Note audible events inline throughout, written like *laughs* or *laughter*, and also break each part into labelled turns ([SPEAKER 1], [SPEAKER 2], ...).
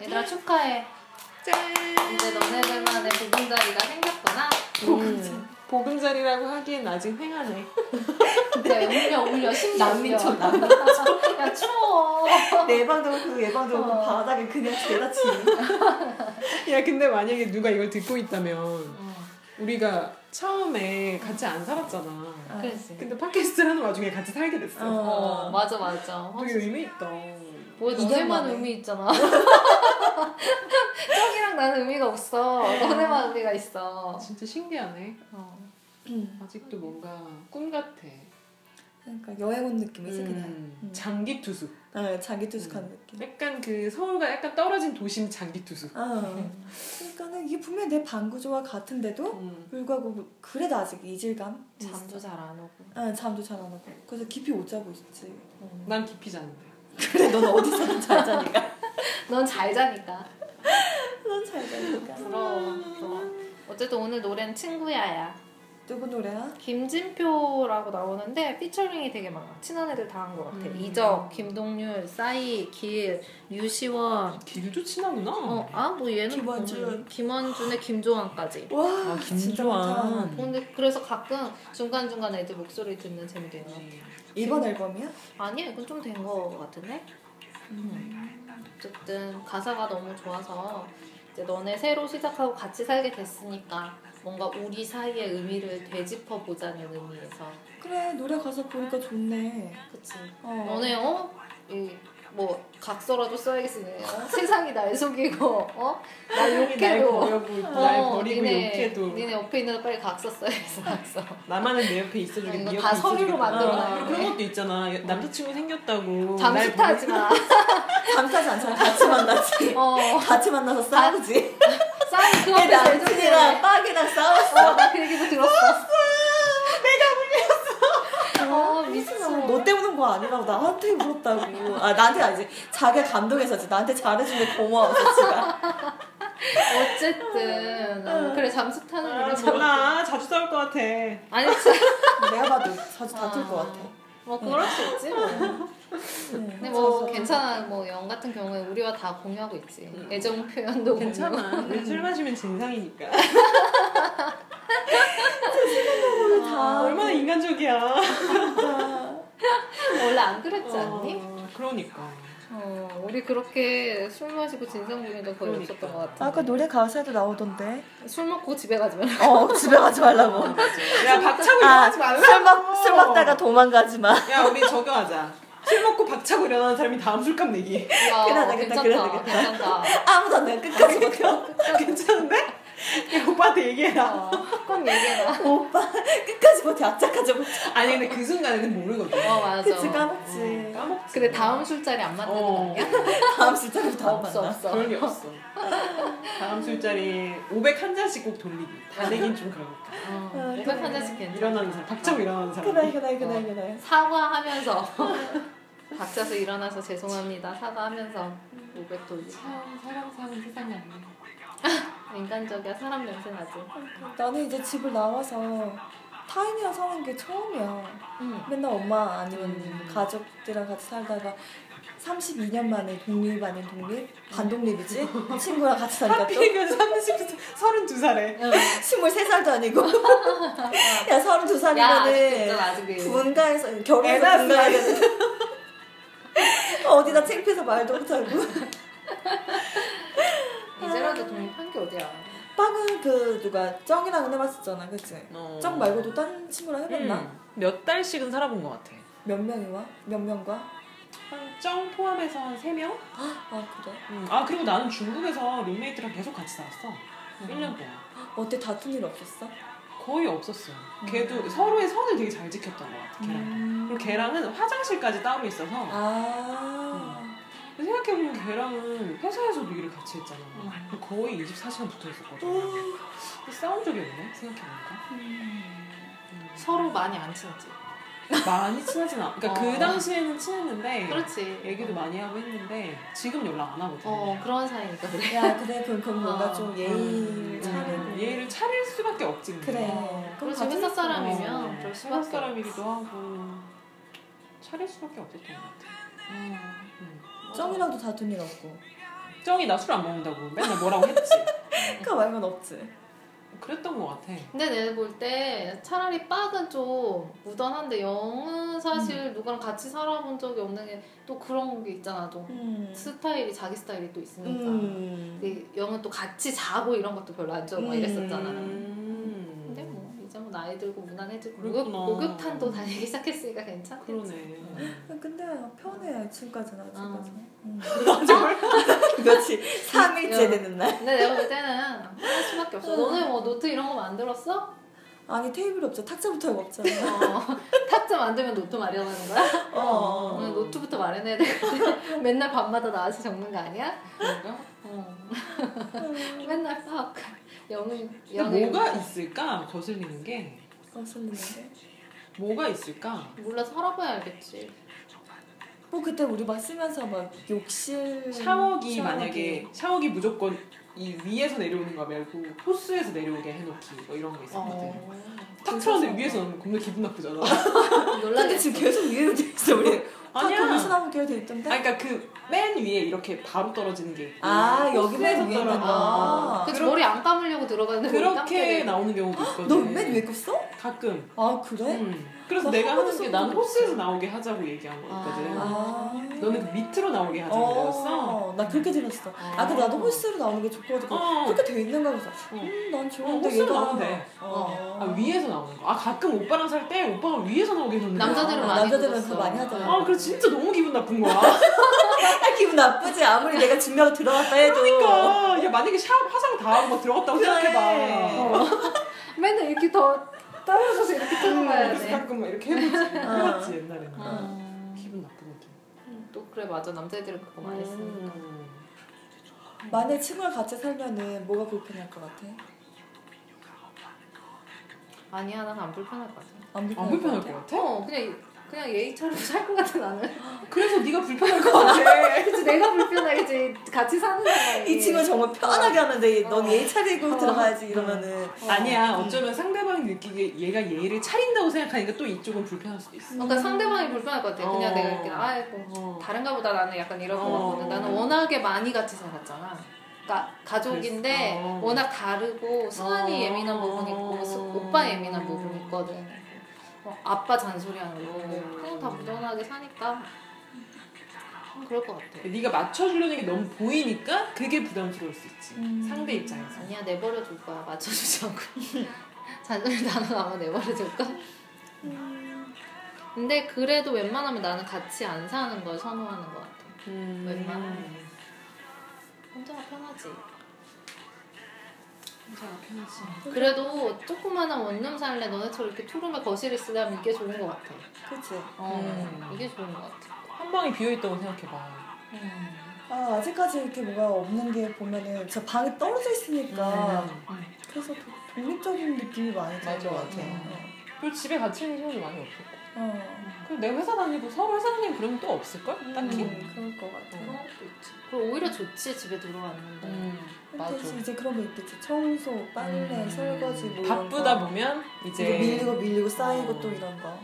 [SPEAKER 1] 얘들아 축하해.
[SPEAKER 2] 짠.
[SPEAKER 1] 이제 너네들만의 보금자리가 생겼구나.
[SPEAKER 2] 음. 보금자리라고 하기엔 아직 횡하네.
[SPEAKER 1] 네, 울려 울려 심지어
[SPEAKER 3] 난민촌,
[SPEAKER 1] 난민촌. *laughs* 야 추워.
[SPEAKER 3] 내 방도 그렇고 얘 방도 그렇고
[SPEAKER 1] 어.
[SPEAKER 3] 바닥에 그냥 죄다 치는
[SPEAKER 2] *laughs* 야 근데 만약에 누가 이걸 듣고 있다면
[SPEAKER 1] 어,
[SPEAKER 2] 우리가 처음에 같이 안 살았잖아.
[SPEAKER 1] 그렇지.
[SPEAKER 2] 근데 팟캐스트를 하는 와중에 같이 살게 됐어.
[SPEAKER 3] 어.
[SPEAKER 1] 어 맞아 맞아. 어,
[SPEAKER 2] 되게 의미 있다.
[SPEAKER 1] 뭐
[SPEAKER 3] 이년
[SPEAKER 1] 너네만
[SPEAKER 3] 만에.
[SPEAKER 1] 의미 있잖아. *laughs* 저기랑 나는 의미가 없어. 너네만 의미가 있어.
[SPEAKER 2] 아, 진짜 신기하네.
[SPEAKER 1] 어.
[SPEAKER 2] 아직도 뭔가 꿈 같아.
[SPEAKER 3] 그러니까 여행 온 느낌이 있긴 해.
[SPEAKER 2] 음. 장기 투숙.
[SPEAKER 3] 네, 자기 투숙한 느낌.
[SPEAKER 2] 약간 그 서울과 약간 떨어진 도심 장기 투숙.
[SPEAKER 3] 아, 그러니까는 이게 분명 내 방구조와 같은데도
[SPEAKER 2] 음.
[SPEAKER 3] 불구하고 뭐- 그래도 아직 이질감.
[SPEAKER 1] 잠도 잘 안 오고.
[SPEAKER 3] 아, 잠도 잘 안 오고. 그래서 깊이 못 자고 *laughs* 있지.
[SPEAKER 1] 어.
[SPEAKER 2] 난 깊이 자는데.
[SPEAKER 3] 그래, 넌 어디서든 잘 자니까.
[SPEAKER 1] 넌 잘 자니까.
[SPEAKER 3] *laughs* 넌 잘 자니까.
[SPEAKER 1] 부러워. 부러워. 어쨌든 오늘 노래는 친구야야.
[SPEAKER 3] 누구 노래야? 아,
[SPEAKER 1] 김진표라고 나오는데 피처링이 되게 많아. 친한 애들 다 한 것 같아.
[SPEAKER 2] 음.
[SPEAKER 1] 이적, 김동률, 싸이, 길, 류시원.
[SPEAKER 2] 길도 친하구나.
[SPEAKER 1] 어, 아, 뭐 얘는
[SPEAKER 3] 음. 김원준.
[SPEAKER 1] 보면은 김원준의 김조한까지.
[SPEAKER 3] 와,
[SPEAKER 2] 아,
[SPEAKER 3] 진짜
[SPEAKER 2] 김조한.
[SPEAKER 3] 많다.
[SPEAKER 1] 어, 근데 그래서 가끔 중간중간 애들 목소리 듣는 재미도 있는 것
[SPEAKER 2] 네.
[SPEAKER 1] 같아.
[SPEAKER 3] 이번 앨범이야?
[SPEAKER 1] 아니야, 이건 좀 된 거 같은데?
[SPEAKER 3] 음.
[SPEAKER 1] 어쨌든 가사가 너무 좋아서 이제 너네 새로 시작하고 같이 살게 됐으니까 뭔가 우리 사이의 의미를 되짚어 보자는 의미에서
[SPEAKER 3] 그래, 노래 가사 보니까 좋네.
[SPEAKER 1] 그치
[SPEAKER 3] 어.
[SPEAKER 1] 너네 어? 이 뭐 각서라도 써야겠으네 어? 세상이 날 속이고 어? 날
[SPEAKER 2] 날
[SPEAKER 1] 욕해도
[SPEAKER 2] 버려고 날
[SPEAKER 1] 어,
[SPEAKER 2] 버리고 욕해도
[SPEAKER 1] 니네 옆에 있는 애 빨리 각서 써야겠어 각서
[SPEAKER 2] 나만은 내 옆에
[SPEAKER 1] 이거
[SPEAKER 2] 있어주겠다. 네
[SPEAKER 1] 뭐 다
[SPEAKER 2] 옆에
[SPEAKER 1] 서류로
[SPEAKER 2] 있어주겠다.
[SPEAKER 1] 만들어놔야
[SPEAKER 2] 아,
[SPEAKER 1] 돼.
[SPEAKER 2] 그런 것도 있잖아. 남자친구
[SPEAKER 1] *laughs*
[SPEAKER 2] 생겼다고.
[SPEAKER 1] 잠수
[SPEAKER 2] 날
[SPEAKER 1] 타지 마
[SPEAKER 3] 감싸지 않잖아. 같이 *laughs* 만나지.
[SPEAKER 1] 어.
[SPEAKER 3] 같이 만나서 싸우지.
[SPEAKER 1] 싸이 그
[SPEAKER 3] 내
[SPEAKER 1] 앞에서
[SPEAKER 3] 남친이랑 빡이랑 싸웠어.
[SPEAKER 1] 어나그 얘기도 들었어 어 미친놈
[SPEAKER 3] 너 때우는 거 아니라고 나한테 물었다고. 아 나한테 아니지. 자기가 감동해서지. 나한테 잘해준 게 고마워서 지가.
[SPEAKER 1] 어쨌든 어, 그래 잠수 타는
[SPEAKER 2] 아,
[SPEAKER 1] 일은 참
[SPEAKER 2] 몰라. 자주 싸울 것 같아.
[SPEAKER 1] 아니 진짜
[SPEAKER 3] *laughs* 내가 봐도 자주 다툴 것 같아. 네.
[SPEAKER 1] 뭐 그럴 수 있지 뭐 근데 뭐 괜찮아 뭐 영 같은 경우에 우리와 다 공유하고 있지 애정 표현도 공유
[SPEAKER 2] 괜찮아. 우리 술 마시면 진상이니까.
[SPEAKER 3] 오늘
[SPEAKER 1] 아,
[SPEAKER 3] 다
[SPEAKER 2] 아, 얼마나
[SPEAKER 1] 네.
[SPEAKER 2] 인간적이야.
[SPEAKER 3] 진짜.
[SPEAKER 1] *laughs* 원래 안 그랬지 않니?
[SPEAKER 2] 어, 그러니까.
[SPEAKER 1] 어 우리 그렇게 술 마시고 진상 부리니까 거의
[SPEAKER 2] 그러니까.
[SPEAKER 1] 없었던 것 같아
[SPEAKER 3] 아까 노래 가사에도 나오던데.
[SPEAKER 1] 술 먹고 집에 가지 말라
[SPEAKER 3] 어 집에 가지
[SPEAKER 1] 아,
[SPEAKER 3] 말라고.
[SPEAKER 2] 야, 박차고
[SPEAKER 3] 아,
[SPEAKER 2] 일어나지 말라고.
[SPEAKER 3] 술, 먹, 술 먹다가 도망가지 마.
[SPEAKER 2] 야, 우리 저거 하자. 술 먹고 박차고 일어나는 사람이 다음 술값 내기. *laughs*
[SPEAKER 1] 야
[SPEAKER 3] 그러다, 그러다,
[SPEAKER 1] 괜찮다
[SPEAKER 3] 그러다, 그러다.
[SPEAKER 1] 괜찮다
[SPEAKER 3] 아무도 안 돼. 끝까지 먹혀.
[SPEAKER 2] 괜찮은데? 야, 오빠한테 얘기해라.
[SPEAKER 1] 어, 꼭 얘기해라
[SPEAKER 3] 오빠 끝까지 못해. 악착하지 못해.
[SPEAKER 2] 아니, 근데 그 순간에는 모르거든.
[SPEAKER 1] 어 맞아 어.
[SPEAKER 3] 그치 까먹지.
[SPEAKER 2] 까먹지.
[SPEAKER 1] 근데 다음 술자리 안 만나는 거
[SPEAKER 2] 어.
[SPEAKER 1] 아니야?
[SPEAKER 3] 다음 주부터 다음
[SPEAKER 1] 없어
[SPEAKER 3] 만나.
[SPEAKER 1] 없어
[SPEAKER 2] 그럴 리 없어. 다음 술자리 500 한 잔씩 꼭 돌리기. 다 내긴 좀 그러니까.
[SPEAKER 1] 어,
[SPEAKER 3] 그래.
[SPEAKER 1] 고백 한 잔씩 괜찮아
[SPEAKER 2] 일어나는 사람, 박차고 일어나는 사람.
[SPEAKER 3] 그래 그래 그래 그래.
[SPEAKER 1] 사과하면서 *laughs* 박자서 일어나서 죄송합니다 사과하면서 500돌리
[SPEAKER 2] 참 사람 사는 세상이 아니네.
[SPEAKER 1] 인간적이야 사람 냄새 나지
[SPEAKER 3] 나는 이제 집을 나와서 타인이랑 사는 게 처음이야.
[SPEAKER 1] 응.
[SPEAKER 3] 맨날 엄마 아니면
[SPEAKER 2] 음.
[SPEAKER 3] 가족들이랑 같이 살다가 32년 만에 독립 아닌 독립? 반독립이지? 친구랑 같이 사니까 또?
[SPEAKER 2] 하필이면 30, 32살에.
[SPEAKER 3] 23살도 아니고. 야,
[SPEAKER 1] 야 아직도 있잖아
[SPEAKER 3] 32살이면은
[SPEAKER 1] 아직도 있어.
[SPEAKER 3] 분가해서, 결혼해서
[SPEAKER 2] 애가
[SPEAKER 3] 분가해야 되는데. *laughs* 어디다 창피해서 말도 못하고.
[SPEAKER 1] 이제라도 독립한 게 어디야
[SPEAKER 3] 빵은 그 누가 쩡이랑 해봤었잖아, 그치?
[SPEAKER 2] 어.
[SPEAKER 3] 쩡 말고도 딴 친구랑 해봤나?
[SPEAKER 2] 음. 몇 달씩은 살아본 것 같아.
[SPEAKER 3] 몇 명이 와? 몇 명과?
[SPEAKER 2] 한정 포함해서 한 3명?
[SPEAKER 3] 아 그래?
[SPEAKER 2] 아, 그리고 나는 중국에서 룸메이트랑 계속 같이 살았어. 1년 동안.
[SPEAKER 3] 어때 다툰 일 없었어?
[SPEAKER 2] 거의 없었어. 걔도 서로의 선을 되게 잘 지켰던 것 같아, 걔랑. 그리고 걔랑은 화장실까지 따로 있어서.
[SPEAKER 3] 음. 아
[SPEAKER 2] 생각해보면 걔랑은 회사에서도 일을 같이 했잖아.
[SPEAKER 1] 음.
[SPEAKER 2] 거의 24시간 붙어 있었거든. 싸운 적이 없네, 생각해보니까.
[SPEAKER 3] 음.
[SPEAKER 1] 서로 많이 안 친지
[SPEAKER 2] 많이 친하진 않아. 그러니까
[SPEAKER 1] 어.
[SPEAKER 2] 그 당시에는 친했는데,
[SPEAKER 1] 그렇지
[SPEAKER 2] 얘기도 많이 하고 했는데, 지금 연락 안 하거든.
[SPEAKER 1] 어 그런 사이니까 그래
[SPEAKER 3] 야, 그래 그럼 그럼 뭔가
[SPEAKER 1] 어.
[SPEAKER 3] 좀 예의를 차리고
[SPEAKER 2] 아. 음, 얘를 차릴 수밖에 없지. 근데.
[SPEAKER 3] 그래
[SPEAKER 1] 어,
[SPEAKER 3] 그럼
[SPEAKER 1] 그렇지,
[SPEAKER 3] 같은
[SPEAKER 1] 회사 사람.
[SPEAKER 3] 사람
[SPEAKER 1] 사람이면 그럴 수밖에
[SPEAKER 2] 네. 회사 사람이기도 하고, 차릴 수밖에 없었던 것 같아.
[SPEAKER 1] 음.
[SPEAKER 2] 음.
[SPEAKER 3] 쩡이랑도 다툰 일 없고
[SPEAKER 2] 정이 나 술 안 먹는다고 맨날 뭐라고 했지.
[SPEAKER 3] 그 말만 없지.
[SPEAKER 2] 그랬던 것 같아.
[SPEAKER 1] 근데 내가 볼 때 차라리 빡은 좀 무던한데 영은 사실 누구랑 같이 살아본 적이 없는 게 또 그런 게 있잖아. 좀
[SPEAKER 3] 음.
[SPEAKER 1] 스타일이 자기 스타일이 또 있으니까.
[SPEAKER 3] 음.
[SPEAKER 2] 네.
[SPEAKER 1] 근데 영은 또 같이 자고 이런 것도 별로 안 좋아하고
[SPEAKER 3] 음.
[SPEAKER 1] 이랬었잖아.
[SPEAKER 2] 음.
[SPEAKER 1] 근데 뭐 이제 뭐 나이 들고 무난해지고
[SPEAKER 2] 그렇구나.
[SPEAKER 1] 목욕, 목욕탕도 다니기 시작했으니까 괜찮겠지.
[SPEAKER 2] 그러네.
[SPEAKER 3] 근데 편해 지금까지나
[SPEAKER 2] 아.
[SPEAKER 3] 지금까지나. 음. *laughs*
[SPEAKER 4] 며칠 3일째 되는 날.
[SPEAKER 1] 근데 내가 볼 때는 뭐 할 수밖에 없어. 너는 뭐 노트 이런 거 만들었어?
[SPEAKER 3] 아니 테이블이 없잖아. 탁자부터 이거 없잖아.
[SPEAKER 1] 어, 탁자 만들면 노트 마련하는 거야?
[SPEAKER 3] 어.
[SPEAKER 1] 오늘 노트부터 마련해야 되는데 맨날 밤마다 나와서 적는 거 아니야?
[SPEAKER 2] 그런가?
[SPEAKER 1] 어. 맨날 팍 영은
[SPEAKER 2] 근데
[SPEAKER 1] 영은
[SPEAKER 2] 뭐가 있을까? 거슬리는 게
[SPEAKER 3] 거슬리는데.
[SPEAKER 2] 뭐가 있을까?
[SPEAKER 1] 몰라 살아봐야 알겠지.
[SPEAKER 3] 뭐 그때 우리 막 쓰면서 막 욕실
[SPEAKER 2] 샤워기 만약에 샤워기 무조건 이 위에서 내려오는 거 말고 호스에서 내려오게 해놓기 뭐 이런 거 있었거든.
[SPEAKER 1] 어.
[SPEAKER 2] 탁 틀었는데 위에서 나오면 겁나 기분 나쁘잖아. 네.
[SPEAKER 3] 근데
[SPEAKER 1] 놀라겠지.
[SPEAKER 3] 지금 계속 위에 돼 있어 우리
[SPEAKER 2] 아니야.
[SPEAKER 3] 무슨 하고 되어 있던데
[SPEAKER 2] 아 그러니까 그 맨 위에 이렇게 바로 떨어지는 게 있고
[SPEAKER 3] 아, 여기 맨
[SPEAKER 2] 호스에서
[SPEAKER 3] 위에 있는
[SPEAKER 2] 떨어지는
[SPEAKER 3] 거.
[SPEAKER 2] 거.
[SPEAKER 1] 그치
[SPEAKER 2] 아, 그러-
[SPEAKER 1] 머리 안 감으려고 들어가는데 머리
[SPEAKER 2] 그렇게
[SPEAKER 1] 감게 돼.
[SPEAKER 2] 나오는 경우도 있거든.
[SPEAKER 3] 너맨 위에 꼈어?
[SPEAKER 2] 가끔.
[SPEAKER 3] 아
[SPEAKER 1] 네?
[SPEAKER 3] 그래?
[SPEAKER 2] 음. 그러니까 그래서
[SPEAKER 3] 나
[SPEAKER 2] 내가
[SPEAKER 3] 한 번도
[SPEAKER 2] 하는 게
[SPEAKER 3] 써본
[SPEAKER 2] 나는
[SPEAKER 3] 적 없어.
[SPEAKER 2] 호스에서 나오게 하자고 얘기한 거였거든.
[SPEAKER 1] 어, 아.
[SPEAKER 2] 너는 그 밑으로 나오게 하자고 그랬어.
[SPEAKER 3] 어, 나 그렇게 들었어. 아, 근데 나도 홀스로 나오는 게 좋거든.
[SPEAKER 2] 어.
[SPEAKER 3] 그렇게 돼 있는 거라서. 음, 난 좋은데
[SPEAKER 2] 어, 홀스로 나오면 돼.
[SPEAKER 3] 어.
[SPEAKER 2] 아 위에서 나오는 거. 아 가끔 오빠랑 살 때 오빠가 위에서 나오게 해줬는데.
[SPEAKER 1] 남자들은
[SPEAKER 3] 아,
[SPEAKER 1] 많이
[SPEAKER 3] 남자들은
[SPEAKER 1] 들었어.
[SPEAKER 3] 그거 많이 하잖아.
[SPEAKER 2] 아 그래 진짜 너무 기분 나쁜 거야.
[SPEAKER 3] 아, 기분 나쁘지. 아무리 내가 준비하고 들어갔다 해도.
[SPEAKER 2] 그러니까 야 만약에 샤워 화장 다 하고 막 들어갔다고
[SPEAKER 3] 그래.
[SPEAKER 2] 생각해봐. 어.
[SPEAKER 1] *laughs* 맨날 이렇게 더 떨어져서 이렇게 들어가야
[SPEAKER 2] 그래서
[SPEAKER 1] 돼. 어.
[SPEAKER 2] 가끔 막 이렇게 해보지. 해봤지 옛날에는.
[SPEAKER 1] 음.
[SPEAKER 2] 기분 나쁜 거지.
[SPEAKER 1] 어. 또 그래 맞아 남자애들은 그거 많이 했으니까.
[SPEAKER 2] 음.
[SPEAKER 3] 만약에 친구랑 같이 살면은 뭐가 불편할 것 같아?
[SPEAKER 1] 아니야 난 안 불편할 것 같아.
[SPEAKER 3] 안 불편할,
[SPEAKER 2] 안 어, 불편할
[SPEAKER 3] 것 같아?
[SPEAKER 2] 것 같아?
[SPEAKER 1] 어 그냥 그냥 예의처럼 살 것 같아 *laughs* 나는.
[SPEAKER 2] 그래서 네가 불편할 것 같아.
[SPEAKER 1] 네, 그치 내가 불편하겠지 같이 사는 사람이.
[SPEAKER 3] 이 친구 정말 편하게 하는데 넌
[SPEAKER 1] 어.
[SPEAKER 3] 예의 차리고
[SPEAKER 1] 어.
[SPEAKER 3] 들어가야지 이러면은
[SPEAKER 1] 어.
[SPEAKER 2] 아니야 어쩌면 상대방이 느끼기에 얘가 예의를 차린다고 생각하니까 또 이쪽은 불편할 수도 있어
[SPEAKER 1] 그러니까 상대방이 불편할 것 같아. 그냥
[SPEAKER 2] 어.
[SPEAKER 1] 내가 이렇게 아이고 뭐,
[SPEAKER 2] 어.
[SPEAKER 1] 다른가 보다 나는 약간 이런 거
[SPEAKER 2] 어.
[SPEAKER 1] 같거든. 나는 워낙에 많이 같이 살았잖아. 그러니까 가족인데
[SPEAKER 2] 그랬어.
[SPEAKER 1] 워낙 다르고 수환이
[SPEAKER 2] 어.
[SPEAKER 1] 예민한 부분 있고 수- 오빠 예민한 부분 있거든. 어, 아빠 잔소리하는 거 그냥 다 무던하게 사니까 그럴 것 같아.
[SPEAKER 2] 네가 맞춰주려는 게 너무 보이니까 그게 부담스러울 수 있지
[SPEAKER 3] 음.
[SPEAKER 2] 상대 입장에서
[SPEAKER 1] 아니야 내버려 둘 거야 맞춰주지 않고 *laughs* 잔소리 나는 아마 내버려 둘 거야.
[SPEAKER 3] 음,
[SPEAKER 1] 근데 그래도 웬만하면 나는 같이 안 사는 걸 선호하는 것 같아.
[SPEAKER 2] 음.
[SPEAKER 1] 웬만하면. 혼자가 편하지.
[SPEAKER 2] 혼자가 편하지
[SPEAKER 1] 그래도 조그마한 원룸 살래 너네처럼 이렇게 투룸에 거실이 있으면 이게 좋은 것 같아.
[SPEAKER 3] 그치?
[SPEAKER 1] 어,
[SPEAKER 2] 음.
[SPEAKER 1] 이게 좋은 것 같아.
[SPEAKER 2] 한 방이 비어있다고 생각해봐 음,
[SPEAKER 3] 아, 아직까지 이렇게 뭐가 없는 게 보면은 저 방이 떨어져 있으니까
[SPEAKER 2] 음.
[SPEAKER 3] 그래서 도- 독립적인 느낌이 많이 드는
[SPEAKER 2] 맞아,
[SPEAKER 3] 것
[SPEAKER 2] 맞아.
[SPEAKER 3] 같아.
[SPEAKER 2] 그리고 집에 같이 있는 사람도 많이 없었고
[SPEAKER 3] 어. 어.
[SPEAKER 2] 그리고 내 회사 다니고 서로 회사 다니고 그러면 또 없을걸? 딱히
[SPEAKER 3] 음, 그럴 것 같아.
[SPEAKER 1] 그런 것도 있지. 어. 그리고 오히려 좋지 집에 들어왔는데.
[SPEAKER 2] 음,
[SPEAKER 3] 근데 이제 그런 거 있겠지. 청소, 빨래,
[SPEAKER 2] 음.
[SPEAKER 3] 설거지 뭐 이런
[SPEAKER 2] 바쁘다
[SPEAKER 3] 거.
[SPEAKER 2] 보면 이제
[SPEAKER 3] 이제 밀리고 밀리고 쌓이고
[SPEAKER 2] 어.
[SPEAKER 3] 또 이런 거.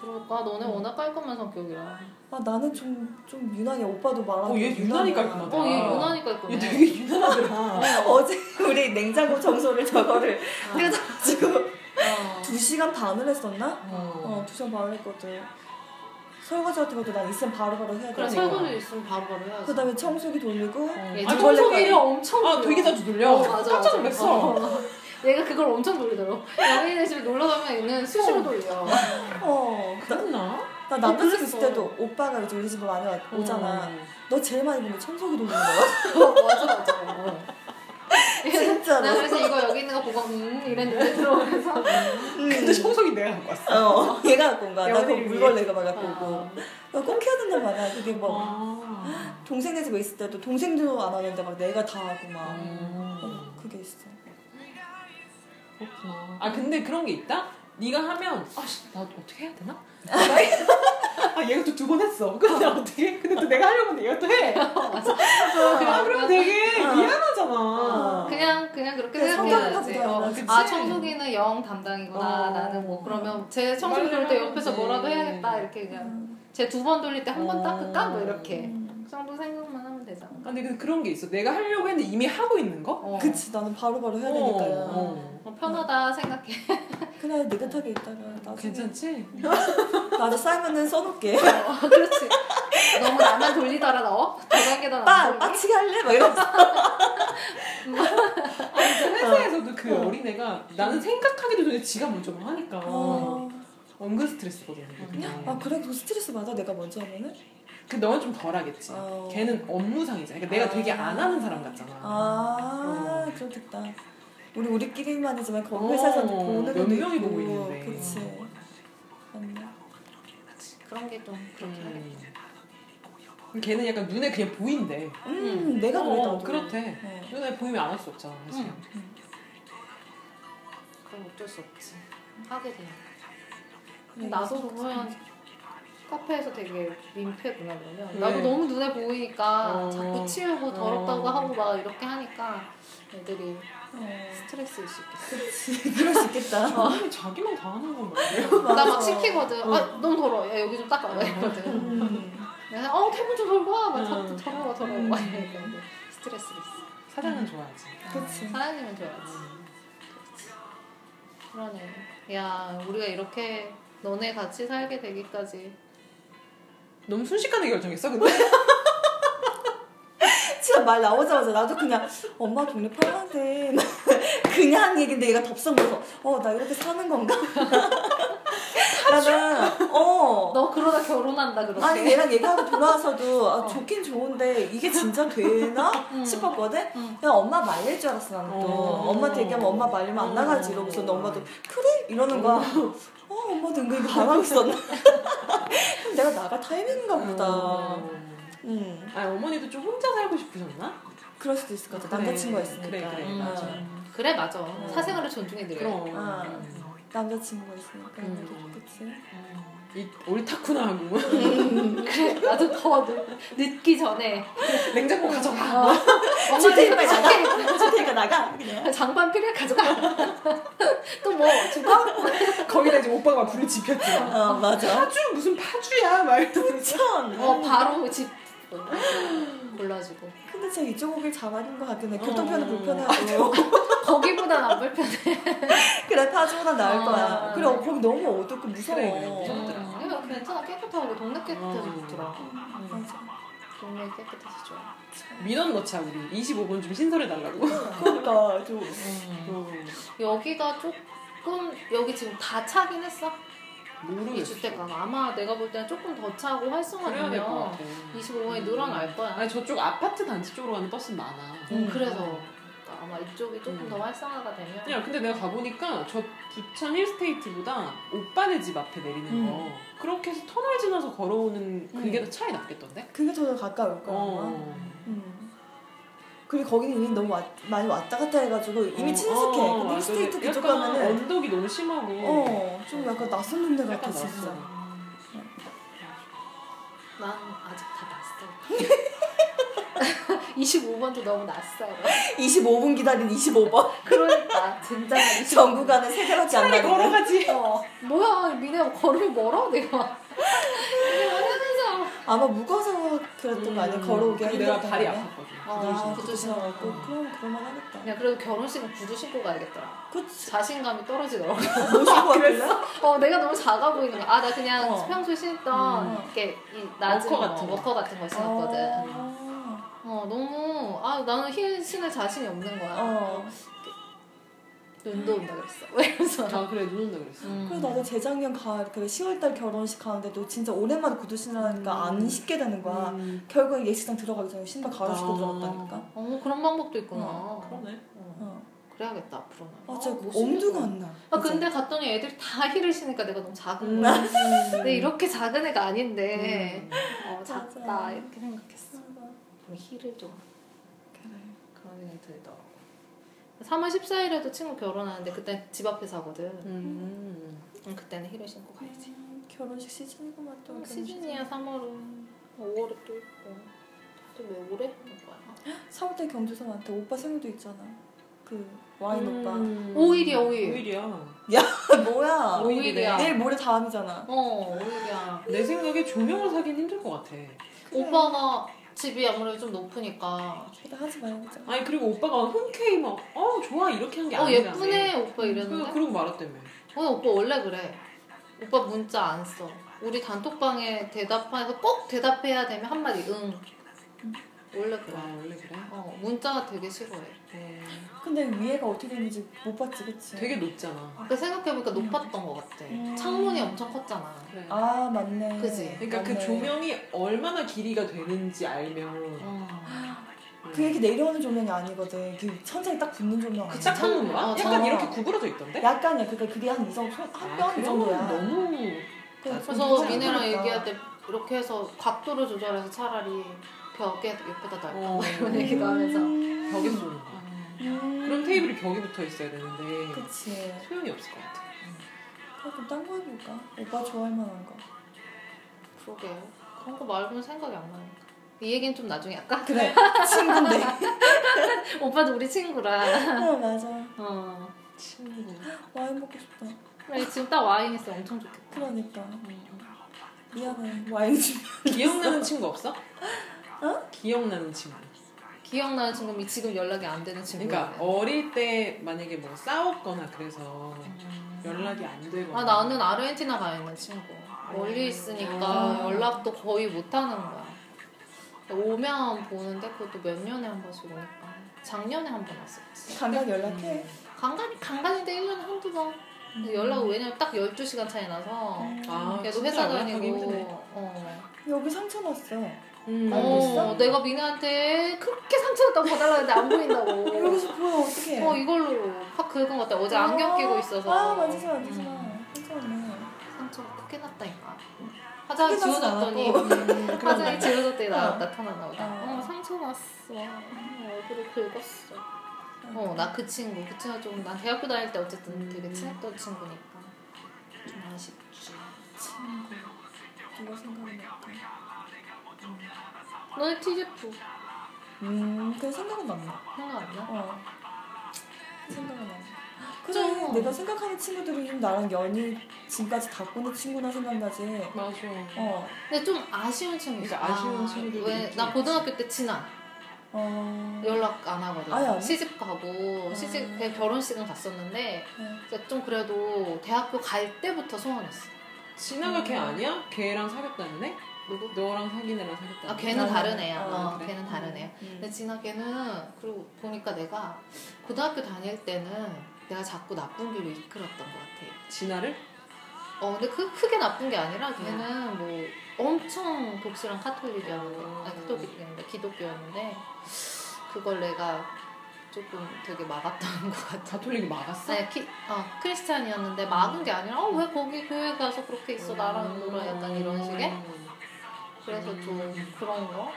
[SPEAKER 1] 그러니까 너네
[SPEAKER 2] 음.
[SPEAKER 1] 워낙 깔끔한 성격이라.
[SPEAKER 3] 아 나는 좀 좀 유난히 오빠도 말하는.
[SPEAKER 2] 어, 얘
[SPEAKER 3] 게
[SPEAKER 2] 유난히
[SPEAKER 3] 유난이야.
[SPEAKER 2] 깔끔하다.
[SPEAKER 1] 어, 얘
[SPEAKER 2] 아.
[SPEAKER 1] 유난히
[SPEAKER 2] 얘
[SPEAKER 1] 깔끔해.
[SPEAKER 2] *laughs* 되게 유난하더라
[SPEAKER 3] *laughs* 어제 우리 냉장고 정소를 저거를 *laughs*
[SPEAKER 1] 아,
[SPEAKER 3] 뜯어가지고
[SPEAKER 1] 어.
[SPEAKER 3] 두 시간 반을 했었나?
[SPEAKER 2] *laughs* 어.
[SPEAKER 3] 어두 시간 반을 했거든. 설거지 같은 것도 난 있으면 바로바로 해야
[SPEAKER 1] 그래
[SPEAKER 3] 되고.
[SPEAKER 1] 설거지 있으면 바로바로 해야지.
[SPEAKER 3] 그러니까. 그다음에 청소기 돌리고.
[SPEAKER 1] 예,
[SPEAKER 2] 아,
[SPEAKER 3] 정말
[SPEAKER 2] 청소기를
[SPEAKER 3] 헷갈려.
[SPEAKER 2] 엄청 아, 되게 자주 돌려.
[SPEAKER 1] 어, 맞아.
[SPEAKER 2] 깜짝
[SPEAKER 1] 맞아.
[SPEAKER 2] 놀랐어.
[SPEAKER 1] 어. 얘가 그걸 엄청 돌리더라고. 연예인의 집에 놀러 가면 얘는 수시로 돌려.
[SPEAKER 3] 어. 나,
[SPEAKER 2] 그랬나?
[SPEAKER 3] 나 남자집
[SPEAKER 1] 그랬어.
[SPEAKER 3] 있을 때도 오빠가 이제 우리 집에 많이 와- 오잖아.
[SPEAKER 2] 음.
[SPEAKER 3] 너 제일 많이 보는 게 청소기
[SPEAKER 1] *laughs*
[SPEAKER 3] 돌리는 거야?
[SPEAKER 1] 어, 맞아 맞아. 어. 네. 나
[SPEAKER 3] 진짜로.
[SPEAKER 1] 그래서 이거 여기 있는 거 보고 음 이랬는데 들어오면서
[SPEAKER 2] 근데 청소기 내가 갖고 왔어.
[SPEAKER 3] 음. 어, 얘가 갖고 온 거야. 나
[SPEAKER 2] 여기
[SPEAKER 3] 그
[SPEAKER 2] 위에.
[SPEAKER 3] 물걸레가 막 갖고 오고.
[SPEAKER 1] 아,
[SPEAKER 3] 나꼭 해야 된단 말이야. 그게 뭐,
[SPEAKER 1] 어.
[SPEAKER 2] 아.
[SPEAKER 3] 동생네 집에 있을 때도 동생들도 안 하는데 막 내가 다 하고 막.
[SPEAKER 2] 음.
[SPEAKER 3] 어, 그게 있어.
[SPEAKER 2] 그렇구나. 아 근데 그런 게 있다? 네가 하면 아씨 나 어떻게 해야 되나? 아 얘가 또 두 번 했어. 근데 나 어떻게? 해? 근데 또 내가 하려고 하는데 얘가 또 *laughs* 해. 아 그러면 되게 미안하잖아.
[SPEAKER 1] 어. 그냥 그냥 그렇게
[SPEAKER 3] 그냥
[SPEAKER 1] 생각해야지.
[SPEAKER 3] 성격하다
[SPEAKER 1] 어,
[SPEAKER 3] 보다.
[SPEAKER 1] 아
[SPEAKER 2] 그치?
[SPEAKER 1] 청소기는 영 담당이구나.
[SPEAKER 2] 어.
[SPEAKER 1] 나는 뭐 그러면 제 청소기 돌릴 때 옆에서 뭐라도 해야겠다 이렇게 그냥
[SPEAKER 3] 음.
[SPEAKER 1] 제 두 번 돌릴 때 한 번
[SPEAKER 2] 어.
[SPEAKER 1] 닦을까 뭐 이렇게
[SPEAKER 3] 음.
[SPEAKER 1] 그 정도 생각만 하면 되지 않나?
[SPEAKER 2] 아, 근데 근데 그런 게 있어. 내가 하려고 했는데 이미 하고 있는 거?
[SPEAKER 1] 어.
[SPEAKER 3] 그치 나는 바로바로 해야
[SPEAKER 2] 어,
[SPEAKER 3] 되니까
[SPEAKER 2] 어.
[SPEAKER 1] 어, 편하다 생각해.
[SPEAKER 3] 그날 느긋하게 있다가 나중에
[SPEAKER 2] 어, 괜찮지?
[SPEAKER 3] 나도 쌓이면은 써놓게
[SPEAKER 2] 아,
[SPEAKER 1] 어, 그렇지. 너무 나만 돌리더라 너. 도관계도 나.
[SPEAKER 3] 빵 빡치게 할래? 막 이러면서
[SPEAKER 2] 아, 회사에서도 그 어. 린애가 나는 생각하기도 전에 지가 먼저 막 하니까
[SPEAKER 3] 어.
[SPEAKER 2] 은근 스트레스거든요.
[SPEAKER 3] 아 그래 그 스트레스 받아 내가 먼저 하면은
[SPEAKER 2] 그 너는 좀 덜하겠지.
[SPEAKER 3] 어.
[SPEAKER 2] 걔는 업무상이잖아. 그러니까 내가 되게
[SPEAKER 3] 아.
[SPEAKER 2] 안 하는 사람 같잖아.
[SPEAKER 3] 아
[SPEAKER 2] 어.
[SPEAKER 3] 그렇겠다 우리 우리끼리만이지만 거기
[SPEAKER 2] 어,
[SPEAKER 3] 회사에서 보는
[SPEAKER 2] 몇
[SPEAKER 3] 것도
[SPEAKER 2] 명이
[SPEAKER 3] 있고,
[SPEAKER 2] 보고 있는데.
[SPEAKER 3] 그치 맞네
[SPEAKER 1] 그런 게 좀 그렇게 하겠다.
[SPEAKER 2] 음. 걔는 약간 눈에 그냥 보인대.
[SPEAKER 3] 음, 내가 그래
[SPEAKER 2] 어,
[SPEAKER 3] 나도
[SPEAKER 2] 그렇대.
[SPEAKER 3] 어.
[SPEAKER 2] 눈에 보이면 안 할 수 없잖아. 사실.
[SPEAKER 1] 음. 그럼 어쩔 수 없지.
[SPEAKER 3] 음.
[SPEAKER 1] 하게 돼.
[SPEAKER 3] 그래,
[SPEAKER 1] 나도 보면 카페에서 되게 민폐구나 그러면
[SPEAKER 3] 네.
[SPEAKER 2] 왜?
[SPEAKER 1] 나도 너무 눈에 보이니까
[SPEAKER 2] 어.
[SPEAKER 1] 자꾸 치우고 더럽다고
[SPEAKER 2] 어.
[SPEAKER 1] 하고 막 이렇게 하니까 애들이
[SPEAKER 3] 어, *laughs*
[SPEAKER 1] 스트레스일 수 있겠어.
[SPEAKER 3] 그럴 수 있겠다
[SPEAKER 2] 아니, 자기만 다 하는 건 말이야.
[SPEAKER 1] 나
[SPEAKER 3] 맞아. 어.
[SPEAKER 1] 막 시키거든. 아 너무 더러워. 야 여기 좀 닦아. 막 이러거든.
[SPEAKER 3] 음.
[SPEAKER 1] 내가 어 태분 좀 덜고 와. 막 자꾸
[SPEAKER 3] 어.
[SPEAKER 2] 음.
[SPEAKER 1] 더러워 더러워 막 이러는데 스트레스 있어.
[SPEAKER 2] 사장은 좋아하지.
[SPEAKER 3] 음. 그치.
[SPEAKER 1] 아, 사장님은 좋아하지. 그러네. 야 우리가 이렇게 너네 같이 살게 되기까지
[SPEAKER 2] 너무 순식간에 결정했어, 근데?
[SPEAKER 3] *laughs* 진짜 말 나오자마자 나도 그냥 엄마 독립하는데 *laughs* 그냥 한 얘긴데 얘가 덥석 물어서 어 나 이렇게 사는 건가? *laughs* 나는 어
[SPEAKER 1] 너 그러다 결혼한다 그렇게.
[SPEAKER 3] 아니 얘랑 얘기하고 돌아와서도
[SPEAKER 2] 어.
[SPEAKER 3] 아, 좋긴 좋은데 이게 진짜 되나 싶었거든.
[SPEAKER 1] 음.
[SPEAKER 3] 그냥 엄마 말릴 줄 알았어 나는 또
[SPEAKER 2] 어.
[SPEAKER 3] 엄마한테 얘기하면 엄마 말리면 안 나가지 이러고서 근데 엄마도 그래 이러는 거야. 어 엄마도 은근히 바라고 있었나? *laughs* 그럼 내가 나갈 타이밍인가 보다.
[SPEAKER 2] 음.
[SPEAKER 3] 음
[SPEAKER 2] 아, 어머니도 좀 혼자 살고 싶으셨나?
[SPEAKER 3] 그럴 수도 있을 것 같아.
[SPEAKER 2] 그래.
[SPEAKER 3] 남자친구가 있으니까.
[SPEAKER 2] 그래, 그래,
[SPEAKER 1] 음.
[SPEAKER 2] 맞아.
[SPEAKER 1] 그래 맞아 사생활을 존중해드려
[SPEAKER 2] 그럼.
[SPEAKER 3] 아.
[SPEAKER 2] 음.
[SPEAKER 3] 남자친구가 있으니까
[SPEAKER 2] 음.
[SPEAKER 3] 이런 게 좋겠지.
[SPEAKER 2] *laughs* 이 옳다구나 하고 *laughs*
[SPEAKER 1] 음, 그래 나도 더 늦, 늦기 전에
[SPEAKER 2] 냉장고 가져가.
[SPEAKER 1] 어.
[SPEAKER 3] 주택
[SPEAKER 1] 엄마는
[SPEAKER 3] 빨리 나가. 주택 나가. 그냥.
[SPEAKER 1] 장반 필요해 가져가 또 뭐 주방
[SPEAKER 2] 거기다 이제 오빠가 막 불을 지폈지.
[SPEAKER 3] 어 맞아.
[SPEAKER 2] 파주 무슨 파주야 말도.
[SPEAKER 3] 천.
[SPEAKER 1] 어 바로 집 골라주고
[SPEAKER 3] 근데 제가 이쪽 오길 잘하는 것
[SPEAKER 2] 어.
[SPEAKER 3] 같긴 해. 교통편은
[SPEAKER 2] *laughs*
[SPEAKER 3] 불편하고. *laughs*
[SPEAKER 1] 거기보단 안 불편해
[SPEAKER 3] 그래 파주보다 나을
[SPEAKER 1] 어.
[SPEAKER 3] 거야. 그리고 거기 너무 어둡고 무서워.
[SPEAKER 2] 네. 그래, 그래, 무서워.
[SPEAKER 1] 음, 이거 괜찮아 깨끗하고 동네 깨끗해서
[SPEAKER 2] 음.
[SPEAKER 1] 좋더라
[SPEAKER 3] 맞아.
[SPEAKER 1] 동네 깨끗해서 좋아
[SPEAKER 2] 민원 넣자 우리 25번 좀 신설해 달라고.
[SPEAKER 3] 그러니까 좀
[SPEAKER 2] 음.
[SPEAKER 1] 여기가 조금 여기 지금 다 차긴 했어 이
[SPEAKER 2] 모르겠어.
[SPEAKER 1] 주택가가 아마 내가 볼 때는 조금 더 차고
[SPEAKER 2] 그래야 될 것
[SPEAKER 1] 활성화되면
[SPEAKER 2] 같아. 음.
[SPEAKER 1] 25번이 늘어날 거야
[SPEAKER 2] 아니 저쪽 아파트 단지 쪽으로 가는 버스는 많아.
[SPEAKER 3] 음.
[SPEAKER 1] 그래서 아마 이쪽이 조금
[SPEAKER 2] 음.
[SPEAKER 1] 더 활성화가 되면
[SPEAKER 2] 야 근데 내가 가보니까 저 부천 힐스테이트보다 오빠네 집 앞에 내리는
[SPEAKER 3] 음.
[SPEAKER 2] 거 그렇게 해서 터널 지나서 걸어오는 그게 더 차이 났겠던데?
[SPEAKER 3] 그게 더 가까울 거야. 아마.
[SPEAKER 2] 어.
[SPEAKER 3] 음. 그리고 거기는 이미 너무 왔- 많이 왔다 갔다 해가지고 이미
[SPEAKER 2] 어,
[SPEAKER 3] 친숙해.
[SPEAKER 2] 어,
[SPEAKER 3] 근데
[SPEAKER 2] 맞아.
[SPEAKER 3] 스테이트
[SPEAKER 2] 약간
[SPEAKER 3] 그쪽 가면은
[SPEAKER 2] 언덕이 너무 심하고
[SPEAKER 3] 어좀 약간 낯선 동네 같아
[SPEAKER 2] 약간
[SPEAKER 3] 진짜.
[SPEAKER 2] 낯선.
[SPEAKER 1] 난 아직 다 낯설어 *laughs* 25번도 너무 낯설어
[SPEAKER 3] 25분 기다린 25번
[SPEAKER 1] 그러니까 진짜
[SPEAKER 3] *laughs* 전국 안에 세대밖에 안 나는.
[SPEAKER 2] 아,
[SPEAKER 3] 거야.
[SPEAKER 2] 걸어가지.
[SPEAKER 1] 어, 뭐야 니네 걸음이 멀어 내가 이게 완전
[SPEAKER 3] 아마 무거워서 그랬던 거 아니야?
[SPEAKER 2] 음,
[SPEAKER 3] 걸어오기
[SPEAKER 2] 그리고
[SPEAKER 3] 힘들었던
[SPEAKER 2] 내가
[SPEAKER 3] 거
[SPEAKER 2] 발이
[SPEAKER 3] 아니야?
[SPEAKER 2] 아팠거든.
[SPEAKER 3] 아,
[SPEAKER 1] 부두
[SPEAKER 3] 구두 신어갖고
[SPEAKER 1] 신어갖고.
[SPEAKER 3] 그럼 그럴만 하겠다.
[SPEAKER 1] 그냥 그래도 결혼식은 구두 신고 가야겠더라
[SPEAKER 3] 그치.
[SPEAKER 1] 자신감이 떨어지더라고
[SPEAKER 3] 뭐 신고 왔길래?
[SPEAKER 1] 어 내가 너무 작아 보이는 거야 아나 그냥
[SPEAKER 3] 어.
[SPEAKER 1] 평소에 신던
[SPEAKER 3] 음.
[SPEAKER 1] 이렇게 이 낮은
[SPEAKER 2] 워커 같은 거.
[SPEAKER 1] 워커 같은 거 신었거든
[SPEAKER 3] 아,
[SPEAKER 1] 어 너무 아 나는 힐 신을 자신이 없는 거야
[SPEAKER 3] 어.
[SPEAKER 1] 눈도 온다 그랬어 왜 이러면서 음.
[SPEAKER 2] 아 그래 눈 온다 그랬어.
[SPEAKER 3] 그래서 나도 재작년 가 그래 10월달 결혼식 가는데도 진짜 오랜만에 구두 신으니까 안 신게 되는 거야.
[SPEAKER 2] 음.
[SPEAKER 3] 결국 예식장 들어가기 전에 신발 갈아신고
[SPEAKER 2] 아.
[SPEAKER 3] 들어갔다니까.
[SPEAKER 1] 어머 그런 방법도 있구나
[SPEAKER 2] 그러네.
[SPEAKER 1] 어,
[SPEAKER 3] 어.
[SPEAKER 1] 그래야겠다 앞으로는
[SPEAKER 3] 음, 아, 진짜
[SPEAKER 1] 못
[SPEAKER 3] 엄두가
[SPEAKER 1] 신겠다.
[SPEAKER 3] 안 나.
[SPEAKER 1] 아 근데 갔더니 애들이 다 힐을 신으니까 내가 너무 작은
[SPEAKER 2] 음.
[SPEAKER 1] 거야 근데 이렇게 작은 애가 아닌데
[SPEAKER 2] 음.
[SPEAKER 1] 어 작다
[SPEAKER 3] 맞아.
[SPEAKER 1] 이렇게 생각했어
[SPEAKER 3] 진짜.
[SPEAKER 1] 그럼 힐을 좀
[SPEAKER 3] 그래.
[SPEAKER 1] 그런 생각이 들더라고 3월 14일에도 친구 결혼하는데 그때 집 앞에서 하거든
[SPEAKER 2] 음.
[SPEAKER 1] 음, 그때는 힐을 신고 가야지
[SPEAKER 3] 음, 결혼식 시즌이구만 또.
[SPEAKER 1] 또
[SPEAKER 3] 결혼식
[SPEAKER 1] 음, 시즌이야 3월은 5월에 어, 또 있고 또왜 오래 하는 거야
[SPEAKER 3] 시즌. 3월달 경주서 많대. 오빠 생일도 있잖아. 그 와인
[SPEAKER 1] 음.
[SPEAKER 2] 음.
[SPEAKER 1] 오일이야, 오일.
[SPEAKER 2] 오일이야.
[SPEAKER 3] 오빠.
[SPEAKER 2] 아,
[SPEAKER 3] 뭐야? 네.
[SPEAKER 1] 오일. 오일이야.
[SPEAKER 3] 내일 모레 다음이잖아.
[SPEAKER 1] 어 오일이야
[SPEAKER 2] 내 생각에 조명을 사긴 힘들 것 같아.
[SPEAKER 3] 그래.
[SPEAKER 1] 오빠가 집이 아무래도 좀 높으니까
[SPEAKER 3] 일단 하지 말자.
[SPEAKER 2] 아니 그리고 오빠가 흔쾌히 막어 좋아 이렇게 한 게
[SPEAKER 1] 어
[SPEAKER 2] 아니라
[SPEAKER 1] 예쁘네 오빠
[SPEAKER 2] 그,
[SPEAKER 1] 이랬는데
[SPEAKER 2] 그러고 말았다며
[SPEAKER 1] 어 오빠 원래 그래 오빠 문자 안 써 우리 단톡방에 대답해서 꼭 대답해야 되면 한마디 응 원래 그래
[SPEAKER 2] 와
[SPEAKER 3] 아,
[SPEAKER 2] 원래 그래?
[SPEAKER 1] 어 문자가 되게 싫어해 네.
[SPEAKER 3] 근데 위에가 어떻게 되는지 못 봤지, 그치?
[SPEAKER 2] 네. 되게 높잖아
[SPEAKER 1] 근데 그러니까 생각해보니까 높았던 것 같아
[SPEAKER 3] 음.
[SPEAKER 1] 창문이 엄청 컸잖아
[SPEAKER 2] 그래
[SPEAKER 3] 아, 맞네.
[SPEAKER 1] 그치?
[SPEAKER 2] 그러니까 그
[SPEAKER 3] 맞네.
[SPEAKER 2] 조명이 얼마나 길이가 되는지 알면
[SPEAKER 1] 어.
[SPEAKER 3] 그 이렇게 내려오는 조명이 아니거든. 그 천장에 딱 붙는 조명.
[SPEAKER 2] 그
[SPEAKER 3] 아니야?
[SPEAKER 2] 짝하는 거야?
[SPEAKER 1] 어,
[SPEAKER 2] 약간
[SPEAKER 3] 어.
[SPEAKER 2] 이렇게 구부러져 있던데?
[SPEAKER 3] 약간이야. 그러니까 그게 한 이성
[SPEAKER 2] 아,
[SPEAKER 3] 한뼘
[SPEAKER 2] 그러면
[SPEAKER 3] 정도야.
[SPEAKER 2] 너무
[SPEAKER 1] 그래서
[SPEAKER 3] 괜찮을
[SPEAKER 1] 미네랑
[SPEAKER 3] 거니까.
[SPEAKER 1] 얘기할 때 이렇게 해서 각도를 조절해서 차라리 벽에 예쁘다 달까
[SPEAKER 2] 어.
[SPEAKER 1] 이런 얘기도 하면서
[SPEAKER 2] 벽에서 보는 거야
[SPEAKER 3] 음.
[SPEAKER 2] 그럼 테이블이 벽에 붙어 있어야 되는데
[SPEAKER 3] 그치.
[SPEAKER 2] 소용이 없을 것 같아
[SPEAKER 3] 아, 그럼 딴 거 해볼까? 오빠 좋아할 만한 거.
[SPEAKER 1] 그러게요 그런 거 말고는 생각이 안 나요 이 얘기는 좀 나중에 할까? *laughs*
[SPEAKER 3] 그래. 친구인데. *laughs*
[SPEAKER 1] 오빠도 우리 친구라
[SPEAKER 3] 어, 맞아.
[SPEAKER 1] 어.
[SPEAKER 2] 친구
[SPEAKER 3] 와인 먹고 싶다.
[SPEAKER 1] 그래 지금 딱 와인 있으면 엄청 좋겠다
[SPEAKER 3] 그러니까. 미안해. 와인 좀.
[SPEAKER 2] 기억나는 친구 없어? 기억나는 친구
[SPEAKER 1] 기억나는 친구는 지금 연락이 안 되는 친구
[SPEAKER 2] 그러니까 어릴 때 만약에 뭐 싸웠거나 그래서
[SPEAKER 3] 음.
[SPEAKER 2] 연락이 안 되거나
[SPEAKER 1] 아 나는 아르헨티나 가 있는 친구 멀리 있으니까
[SPEAKER 3] 아.
[SPEAKER 1] 연락도 거의 못 하는 거야 오면 보는데 그것도 몇 년에 한 번씩 오니까 작년에 한 번 왔었지
[SPEAKER 3] 간간히 연락해.
[SPEAKER 1] 간간히 간간인데 1년에 한두 번 근데 연락 왜냐면 딱 12시간 차이 나서
[SPEAKER 3] 음.
[SPEAKER 2] 아,
[SPEAKER 1] 계속
[SPEAKER 2] 진짜
[SPEAKER 1] 회사
[SPEAKER 2] 연락하기 힘드네.
[SPEAKER 1] 다니고 어.
[SPEAKER 3] 여기 상처 났어.
[SPEAKER 2] 음.
[SPEAKER 3] 안 보였어?
[SPEAKER 1] 어, 내가 민혜한테 그렇게 상처였다고 봐달라는데 안 보인다고
[SPEAKER 3] 여기서 보여 어떻게?
[SPEAKER 1] 어 이걸로 확 긁은 것 같아 어제 안경 끼고 있어서
[SPEAKER 3] 아 만지지 마 만지지 마.
[SPEAKER 1] 음,
[SPEAKER 3] 상처 났네.
[SPEAKER 1] 상처가 크게 났다니까 화장이
[SPEAKER 3] 크게 나진
[SPEAKER 1] 지워졌더니
[SPEAKER 3] 않았고.
[SPEAKER 1] 음, *laughs* 화장이 지워졌더니 나,
[SPEAKER 3] 어.
[SPEAKER 1] 나타났나 보다
[SPEAKER 3] 어.
[SPEAKER 1] 어 상처 났어 어, 얼굴을 긁었어 어 나 그 친구 그 친구 좀난 대학교 다닐 때 어쨌든
[SPEAKER 2] 음.
[SPEAKER 1] 되게 친했던 친구니까 좀 아쉽지
[SPEAKER 3] 친구. 누가 생각났다.
[SPEAKER 1] 너네 TGF
[SPEAKER 3] 음, 그 생각은 났네.
[SPEAKER 1] 생각 안 나?
[SPEAKER 3] 어. 생각은 났네.
[SPEAKER 1] 좀.
[SPEAKER 3] 그래, 내가 생각하는 친구들이 좀 나랑 연이 지금까지 다 꾸는 친구나 생각나지.
[SPEAKER 2] 맞아
[SPEAKER 3] 어,
[SPEAKER 1] 근데 좀 아쉬운 친구 있어
[SPEAKER 2] 그러니까 아쉬운 친구들이
[SPEAKER 1] 왜,
[SPEAKER 2] 있긴
[SPEAKER 1] 나
[SPEAKER 2] 있지.
[SPEAKER 1] 고등학교 때 친한
[SPEAKER 3] 어.
[SPEAKER 1] 연락 안 하거든.
[SPEAKER 3] 아예 안 해?
[SPEAKER 1] 시집 가고
[SPEAKER 2] 음.
[SPEAKER 3] 아.
[SPEAKER 1] 시집 그냥 결혼식은 갔었는데
[SPEAKER 3] 네.
[SPEAKER 1] 진짜 좀 그래도 대학교 갈 때부터 소원했어.
[SPEAKER 2] 진아가 걔 아니야? 걔랑 사귀었다는 애?
[SPEAKER 1] 누구?
[SPEAKER 2] 너랑 사귄 애랑 사귀었다는
[SPEAKER 1] 아 걔는
[SPEAKER 3] 나는-
[SPEAKER 1] 다른 애야.
[SPEAKER 3] 아,
[SPEAKER 1] 어,
[SPEAKER 2] 음, 그래?
[SPEAKER 1] 걔는 다른 애야.
[SPEAKER 3] 음.
[SPEAKER 1] 근데 진아 걔는 그리고 보니까 내가 고등학교 다닐 때는 내가 자꾸 나쁜 길로 이끌었던 것 같아.
[SPEAKER 2] 진아를?
[SPEAKER 1] 어 근데 그 크게 나쁜 게 아니라 걔는 뭐 엄청 독실한 카톨릭이었는데
[SPEAKER 2] 음.
[SPEAKER 1] 아니 카톨릭이었는데 기독교였는데 그걸 내가 조금 되게 막았던 것 같아.
[SPEAKER 2] 가톨릭 막았어?
[SPEAKER 1] 네, 키, 어, 크리스찬이었는데 막은 게 아니라 어, 왜 거기 교회 가서 그렇게 있어
[SPEAKER 2] 음.
[SPEAKER 1] 나랑 놀아 약간 이런 식의 그래서 좀 그런 거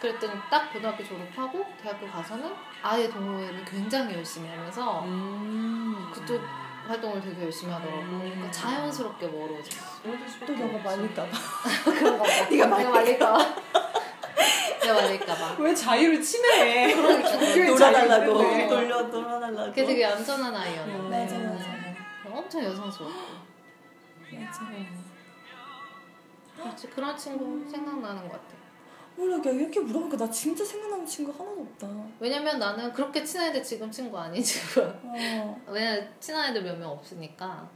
[SPEAKER 1] 그랬더니 딱 고등학교 졸업하고 대학교 가서는 아예 동호회를 굉장히 열심히 하면서
[SPEAKER 2] 음.
[SPEAKER 1] 그쪽 활동을 되게 열심히 하더라고 그러니까 자연스럽게 멀어졌어
[SPEAKER 3] 또 너가 말릴까봐.
[SPEAKER 1] 그런 거 같아
[SPEAKER 3] 네가
[SPEAKER 1] 내가 말릴까봐 내가 말릴까봐
[SPEAKER 2] 왜 자유를 침해해? *laughs*
[SPEAKER 1] 그러니까
[SPEAKER 3] 놀아달라고.
[SPEAKER 2] 자유인데.
[SPEAKER 4] 돌려 돌아달라고.
[SPEAKER 1] 걔 되게 얌전한 아이였는데
[SPEAKER 3] 맞아, 맞아.
[SPEAKER 1] 엄청 여성스러워
[SPEAKER 3] 맞아.
[SPEAKER 1] 그렇지 그런 친구 생각나는 것 같아
[SPEAKER 3] 모르게 이렇게 물어보니까 나 진짜 생각나는 친구 하나도 없다.
[SPEAKER 1] 왜냐면 나는 그렇게 친한 애들 지금 친구 아니지 *laughs* 금
[SPEAKER 3] 어.
[SPEAKER 1] 왜냐면 친한 애들 몇 명 없으니까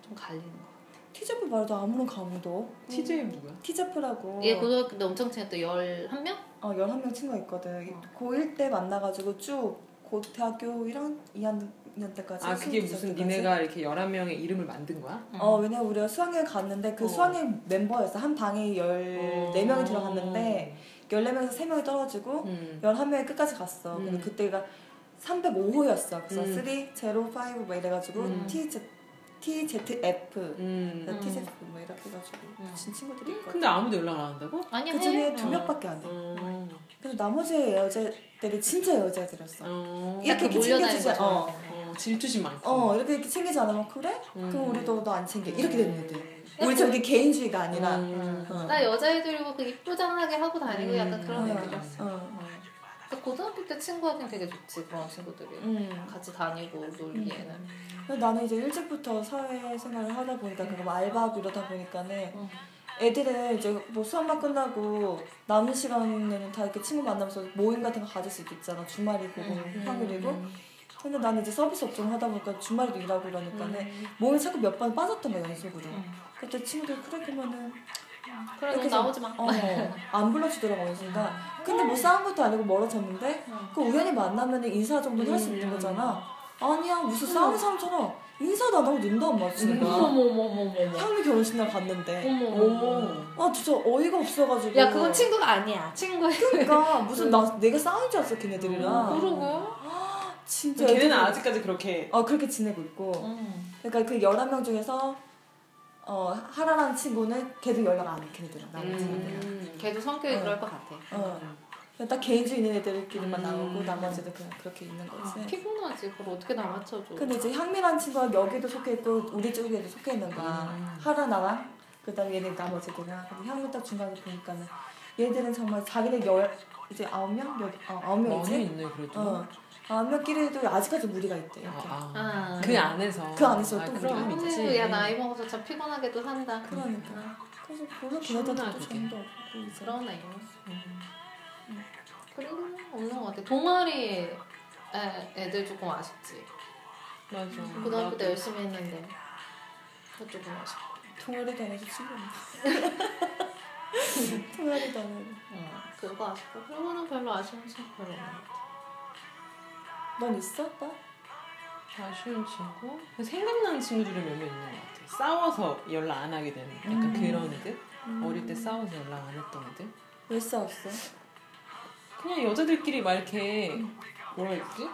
[SPEAKER 1] 좀 갈리는 거 같아
[SPEAKER 3] 티제프 말도 아무런 감도.
[SPEAKER 2] TJ 누구야?
[SPEAKER 3] 티제프라고.
[SPEAKER 1] 얘 고등학교 때 엄청 친했던 11명?
[SPEAKER 3] 어, 11명 친구가 있거든.
[SPEAKER 1] 어.
[SPEAKER 3] 고1 때 만나가지고 쭉 고, 대학교 1학, 2학년 때까지.
[SPEAKER 2] 아 그게 무슨
[SPEAKER 3] 22살 때까지.
[SPEAKER 2] 니네가 이렇게 11명의 이름을 만든 거야?
[SPEAKER 3] 어, 왜냐면 우리가 수학여행 갔는데 그
[SPEAKER 2] 어.
[SPEAKER 3] 수학여행 멤버였어. 한 방에 네, 14명이 들어갔는데 14명에서 3명이 떨어지고
[SPEAKER 2] 음.
[SPEAKER 3] 11명이 끝까지 갔어. 근데
[SPEAKER 2] 음.
[SPEAKER 3] 그때가 305호였어. 그래서
[SPEAKER 2] 음.
[SPEAKER 3] 3, 0, 5 막뭐 이래가지고
[SPEAKER 2] 음.
[SPEAKER 3] TZ, TZF,
[SPEAKER 2] 음.
[SPEAKER 3] TZF 뭐 이렇게 해가지고 붙인 친구들이 있거든.
[SPEAKER 2] 근데 아무도 연락 안 한다고?
[SPEAKER 1] 음. 아니
[SPEAKER 3] 그 중에
[SPEAKER 1] 해
[SPEAKER 3] 두
[SPEAKER 1] 어.
[SPEAKER 3] 명밖에 안 돼.
[SPEAKER 2] 어.
[SPEAKER 3] 그래서 나머지 여자들이 진짜 여자들이었어.
[SPEAKER 2] 어.
[SPEAKER 3] 이렇게
[SPEAKER 1] 음. 이렇게
[SPEAKER 3] 챙겨주지.
[SPEAKER 1] 몰려다니는
[SPEAKER 3] 어.
[SPEAKER 1] 거
[SPEAKER 2] 어, 질투심 많고.
[SPEAKER 3] 어 이렇게 이렇게 챙기지 않으면 그래?
[SPEAKER 2] 음.
[SPEAKER 3] 그럼 우리도 너 안 챙겨 이렇게 됐는데
[SPEAKER 1] 음.
[SPEAKER 3] 우리 저기 개인주의가 아니라
[SPEAKER 2] 음.
[SPEAKER 3] 어.
[SPEAKER 1] 나 여자애들이고 그 이쁘장하게 하고 다니고
[SPEAKER 2] 음.
[SPEAKER 1] 약간 그런
[SPEAKER 3] 음.
[SPEAKER 1] 애들이었어
[SPEAKER 3] 어.
[SPEAKER 1] 근데 고등학교 때 친구하기엔 되게 좋지 그런 친구들이
[SPEAKER 3] 음.
[SPEAKER 1] 같이 다니고 놀기에는
[SPEAKER 3] 근데 나는 이제 일찍부터 사회생활을 하다 보니까 그럼 알바하고 이러다 보니까는
[SPEAKER 1] 음.
[SPEAKER 3] 애들은 이제 뭐 수업만 끝나고 남은 시간에는 다 이렇게 친구 만나면서 모임 같은 거 가질 수 있잖아 주말이고
[SPEAKER 1] 음,
[SPEAKER 3] 평일이고 근데 나는 이제 서비스 업종 하다 보니까 주말에도 일하고 이러니까는
[SPEAKER 1] 아.
[SPEAKER 3] 모임이 자꾸 몇 번 빠졌던 거야 연속으로
[SPEAKER 1] 음.
[SPEAKER 3] 그때 친구들이 그래 그러면은
[SPEAKER 1] 그래
[SPEAKER 3] 이렇게
[SPEAKER 1] 너
[SPEAKER 3] 해서-
[SPEAKER 1] 나오지 마.
[SPEAKER 3] 어, 안 불러주더라고 어느 순간 근데 뭐 싸운 것도 아니고 멀어졌는데
[SPEAKER 1] 음.
[SPEAKER 3] 그 우연히 만나면 인사 정도는 할 수 있는 거잖아 아니야 무슨
[SPEAKER 1] 음.
[SPEAKER 3] 싸우는 사람처럼 인사도 안 하고 눈도 안 마주치는 거야
[SPEAKER 1] 어머머머머머.
[SPEAKER 3] 향미 결혼식 날 갔는데
[SPEAKER 1] 어머.
[SPEAKER 2] 음.
[SPEAKER 3] 아 진짜 어이가 없어가지고
[SPEAKER 1] 음. 야 그건 친구가 음. 아니야. 친구야.
[SPEAKER 3] 그러니까 무슨 나 내가 싸운 줄 알았어
[SPEAKER 1] 음.
[SPEAKER 3] 걔네들이랑
[SPEAKER 1] 모르고.
[SPEAKER 3] 진짜
[SPEAKER 2] 걔네는
[SPEAKER 3] 애들이-
[SPEAKER 2] 아직까지 그렇게
[SPEAKER 3] 어 그렇게 지내고 있고
[SPEAKER 1] 음.
[SPEAKER 3] 그러니까 그 11명 중에서 어 하라라는 친구는 걔도 연락 안해 걔네들은
[SPEAKER 1] 음.
[SPEAKER 3] 나머지 애들은
[SPEAKER 2] 음.
[SPEAKER 1] 걔도 성격이
[SPEAKER 3] 어.
[SPEAKER 1] 그럴 것 같아.
[SPEAKER 3] 어. 그냥 딱 개인주 있는 애들끼리만
[SPEAKER 2] 음. 아,
[SPEAKER 3] 나오고 나머지 애들 그냥 그렇게 있는 거지
[SPEAKER 1] 피곤하지. 그걸 어떻게 나 맞춰줘.
[SPEAKER 3] 근데 이제 향미라는 친구가 여기도 속해 있고 우리 쪽에도 속해 있는 거야
[SPEAKER 2] 음.
[SPEAKER 3] 하라 나랑 그다음에 얘네 나머지 애들이랑 근데 향미 딱 중간에 보니까는 얘들은 정말 자기네 열 이제 아홉 명 여기 어 아홉
[SPEAKER 2] 많이
[SPEAKER 3] 명이지
[SPEAKER 2] 있네 그래도
[SPEAKER 3] 어 아홉 명끼리도 아직까지 무리가 있대 이렇게
[SPEAKER 2] 아, 아.
[SPEAKER 1] 아.
[SPEAKER 2] 그 안에서
[SPEAKER 3] 그 안에서 또
[SPEAKER 2] 그런
[SPEAKER 3] 그럼.
[SPEAKER 2] 게
[SPEAKER 1] 아유, 야 나이 먹어서 참 피곤하게도 산다. 아,
[SPEAKER 3] 그러니까. 그래서 별로 걔네들도 또
[SPEAKER 2] 충분하게.
[SPEAKER 3] 정도 없고 이제
[SPEAKER 1] 그러네. 음. 그리고 없는 것 같아. 동아리 에 애들 조금 아쉽지.
[SPEAKER 2] 맞아
[SPEAKER 1] 고등학교 때 열심히 했는데 그거 조금 아쉽고.
[SPEAKER 3] 동아리 다녀서 친구 *laughs* 동아리 다녀
[SPEAKER 1] 응. 그거 아쉽고 그거는 별로 아쉬운 척 별로 없는 것 같아.
[SPEAKER 3] 넌 있어? 나?
[SPEAKER 2] 아쉬운 친구? 생각나는 친구들이 몇 명 있는 것 같아. 싸워서 연락 안 하게 되는 약간
[SPEAKER 3] 음.
[SPEAKER 2] 그런 애들? 어릴 때 싸워서 연락 안 했던 애들?
[SPEAKER 3] 왜 싸웠어?
[SPEAKER 2] 그냥 여자들끼리 막 이렇게 뭐라 했지?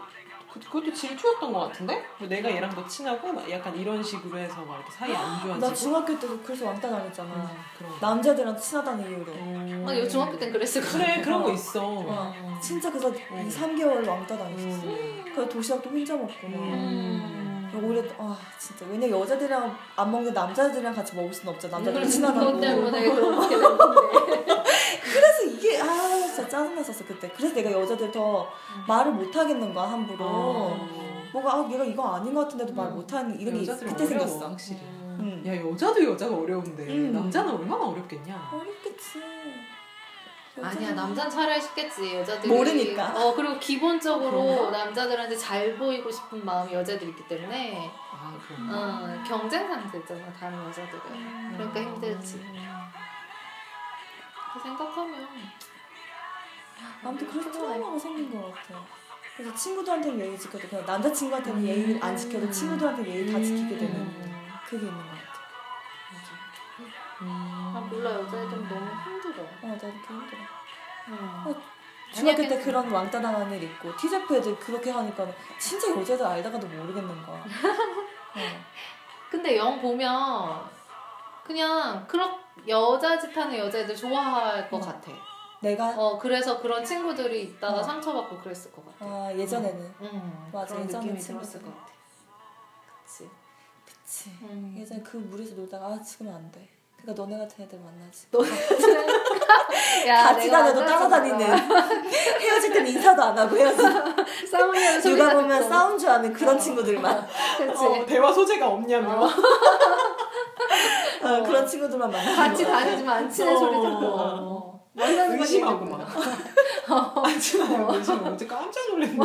[SPEAKER 2] 그, 그것도 질투였던 것 같은데? 뭐 내가 얘랑 더 친하고 막 약간 이런 식으로 해서 막 이렇게 사이 안
[SPEAKER 3] 나
[SPEAKER 2] 좋아지고
[SPEAKER 3] 중학교 때도 그래서 왕따 당했잖아
[SPEAKER 2] 음, 그런 거.
[SPEAKER 3] 남자들이랑 친하다는 이유로
[SPEAKER 2] 어.
[SPEAKER 1] 아, 요 중학교 땐 그랬을 것 같아.
[SPEAKER 2] *laughs* 그래 그런 거 있어
[SPEAKER 3] 어. 진짜 그래서 2, 3개월 왕따 당했어
[SPEAKER 2] 음.
[SPEAKER 3] 그래서 도시락도 혼자 먹고 막
[SPEAKER 2] 음.
[SPEAKER 3] 오히려 아 진짜 왜냐 면 여자들이랑 안 먹는 남자들이랑 같이 먹을 수는 없잖아
[SPEAKER 2] 음.
[SPEAKER 1] 그것
[SPEAKER 2] *laughs*
[SPEAKER 3] 남자들이랑
[SPEAKER 2] 그렇죠.
[SPEAKER 3] 친하다고
[SPEAKER 1] 때문에 그렇게 됐는데.
[SPEAKER 3] 그래서 이게 아 진짜 짜증났었어 그때 그래서 내가 여자들 더 말을 못 하겠는 거야 함부로
[SPEAKER 2] 어.
[SPEAKER 3] 뭔가 아 얘가 이거 아닌 것 같은데도 말
[SPEAKER 1] 음.
[SPEAKER 3] 못하는 이런 게 있-
[SPEAKER 2] 여자들은
[SPEAKER 3] 그때
[SPEAKER 2] 어려워,
[SPEAKER 3] 생겼어 음.
[SPEAKER 2] 확실히
[SPEAKER 3] 응.
[SPEAKER 2] 야 여자도 여자가 어려운데
[SPEAKER 3] 음.
[SPEAKER 2] 남자는 얼마나 어렵겠냐
[SPEAKER 3] 어렵겠지
[SPEAKER 1] 아니야 남자는 차라리 쉽겠지 여자들이
[SPEAKER 3] 음. 모르니까.
[SPEAKER 1] 어 그리고 기본적으로 남자들한테 잘 보이고 싶은 마음이 여자들이 있기 때문에
[SPEAKER 2] 아 그럼
[SPEAKER 1] 어, 경쟁 상태잖아 다른 여자들은
[SPEAKER 3] 음.
[SPEAKER 1] 그러니까 힘들지 그렇게 생각하면
[SPEAKER 3] 아무튼
[SPEAKER 1] 음.
[SPEAKER 3] 그래서 트라우마가 생긴 것 같아 그래서 친구들한테는 예의 지켜도 그냥 남자친구한테는
[SPEAKER 1] 음.
[SPEAKER 3] 예의 안 지켜도 친구들한테 예의 다 지키게 되는
[SPEAKER 2] 음.
[SPEAKER 3] 그게 있는 것 같아
[SPEAKER 1] 아
[SPEAKER 2] 어,
[SPEAKER 1] 몰라 여자애들은 너무 힘들어
[SPEAKER 3] 어 나도 그렇게 힘들어
[SPEAKER 1] 응.
[SPEAKER 3] 중학교 때
[SPEAKER 1] 아니야,
[SPEAKER 3] 그런 왕따 당한 일 있고 티저프 애들 그렇게 하니까 진짜 여자들 알다가도 모르겠는
[SPEAKER 1] *laughs*
[SPEAKER 3] 거야 어.
[SPEAKER 1] 근데 영 보면 그냥 그런 여자 짓 하는 여자애들 좋아할 것 같아
[SPEAKER 3] 내가
[SPEAKER 1] 어 그래서 그런 친구들이 있다가
[SPEAKER 3] 어.
[SPEAKER 1] 상처받고 그랬을 것 같아
[SPEAKER 3] 아, 예전에는
[SPEAKER 1] 음,
[SPEAKER 3] 맞아,
[SPEAKER 1] 그런
[SPEAKER 3] 예전에
[SPEAKER 1] 느낌이
[SPEAKER 3] 친구들.
[SPEAKER 1] 들었을 것 같아. 그치.
[SPEAKER 3] 그치
[SPEAKER 1] 음.
[SPEAKER 3] 예전에 그 물에서 놀다가 아 지금 안돼 그러니까 너네 같은 애들 만나지 어.
[SPEAKER 1] *laughs* 야,
[SPEAKER 3] *laughs* 같이
[SPEAKER 1] 내가
[SPEAKER 3] 다녀도
[SPEAKER 1] 만들어서
[SPEAKER 3] 따라다니는 *laughs* 헤어질 땐 인사도 안 하고 헤어지
[SPEAKER 1] 봤다. *laughs* 싸우려는 *laughs* 소리가 어.
[SPEAKER 3] 누가 보면
[SPEAKER 1] 듣고.
[SPEAKER 3] 싸운 줄 아는 그런 친구들만
[SPEAKER 1] 그치.
[SPEAKER 2] 어, 대화 소재가 없냐며
[SPEAKER 1] 음. 어,
[SPEAKER 3] 어, 그런 친구들만 어. 만나
[SPEAKER 1] 같이 다니지만 안 친해 소리 듣고.
[SPEAKER 2] 어.
[SPEAKER 1] 어. 만나는 어. 건
[SPEAKER 2] 의심하고
[SPEAKER 1] 얘기 듣고.
[SPEAKER 2] 막 아침에 의심 어제 깜짝 놀랐네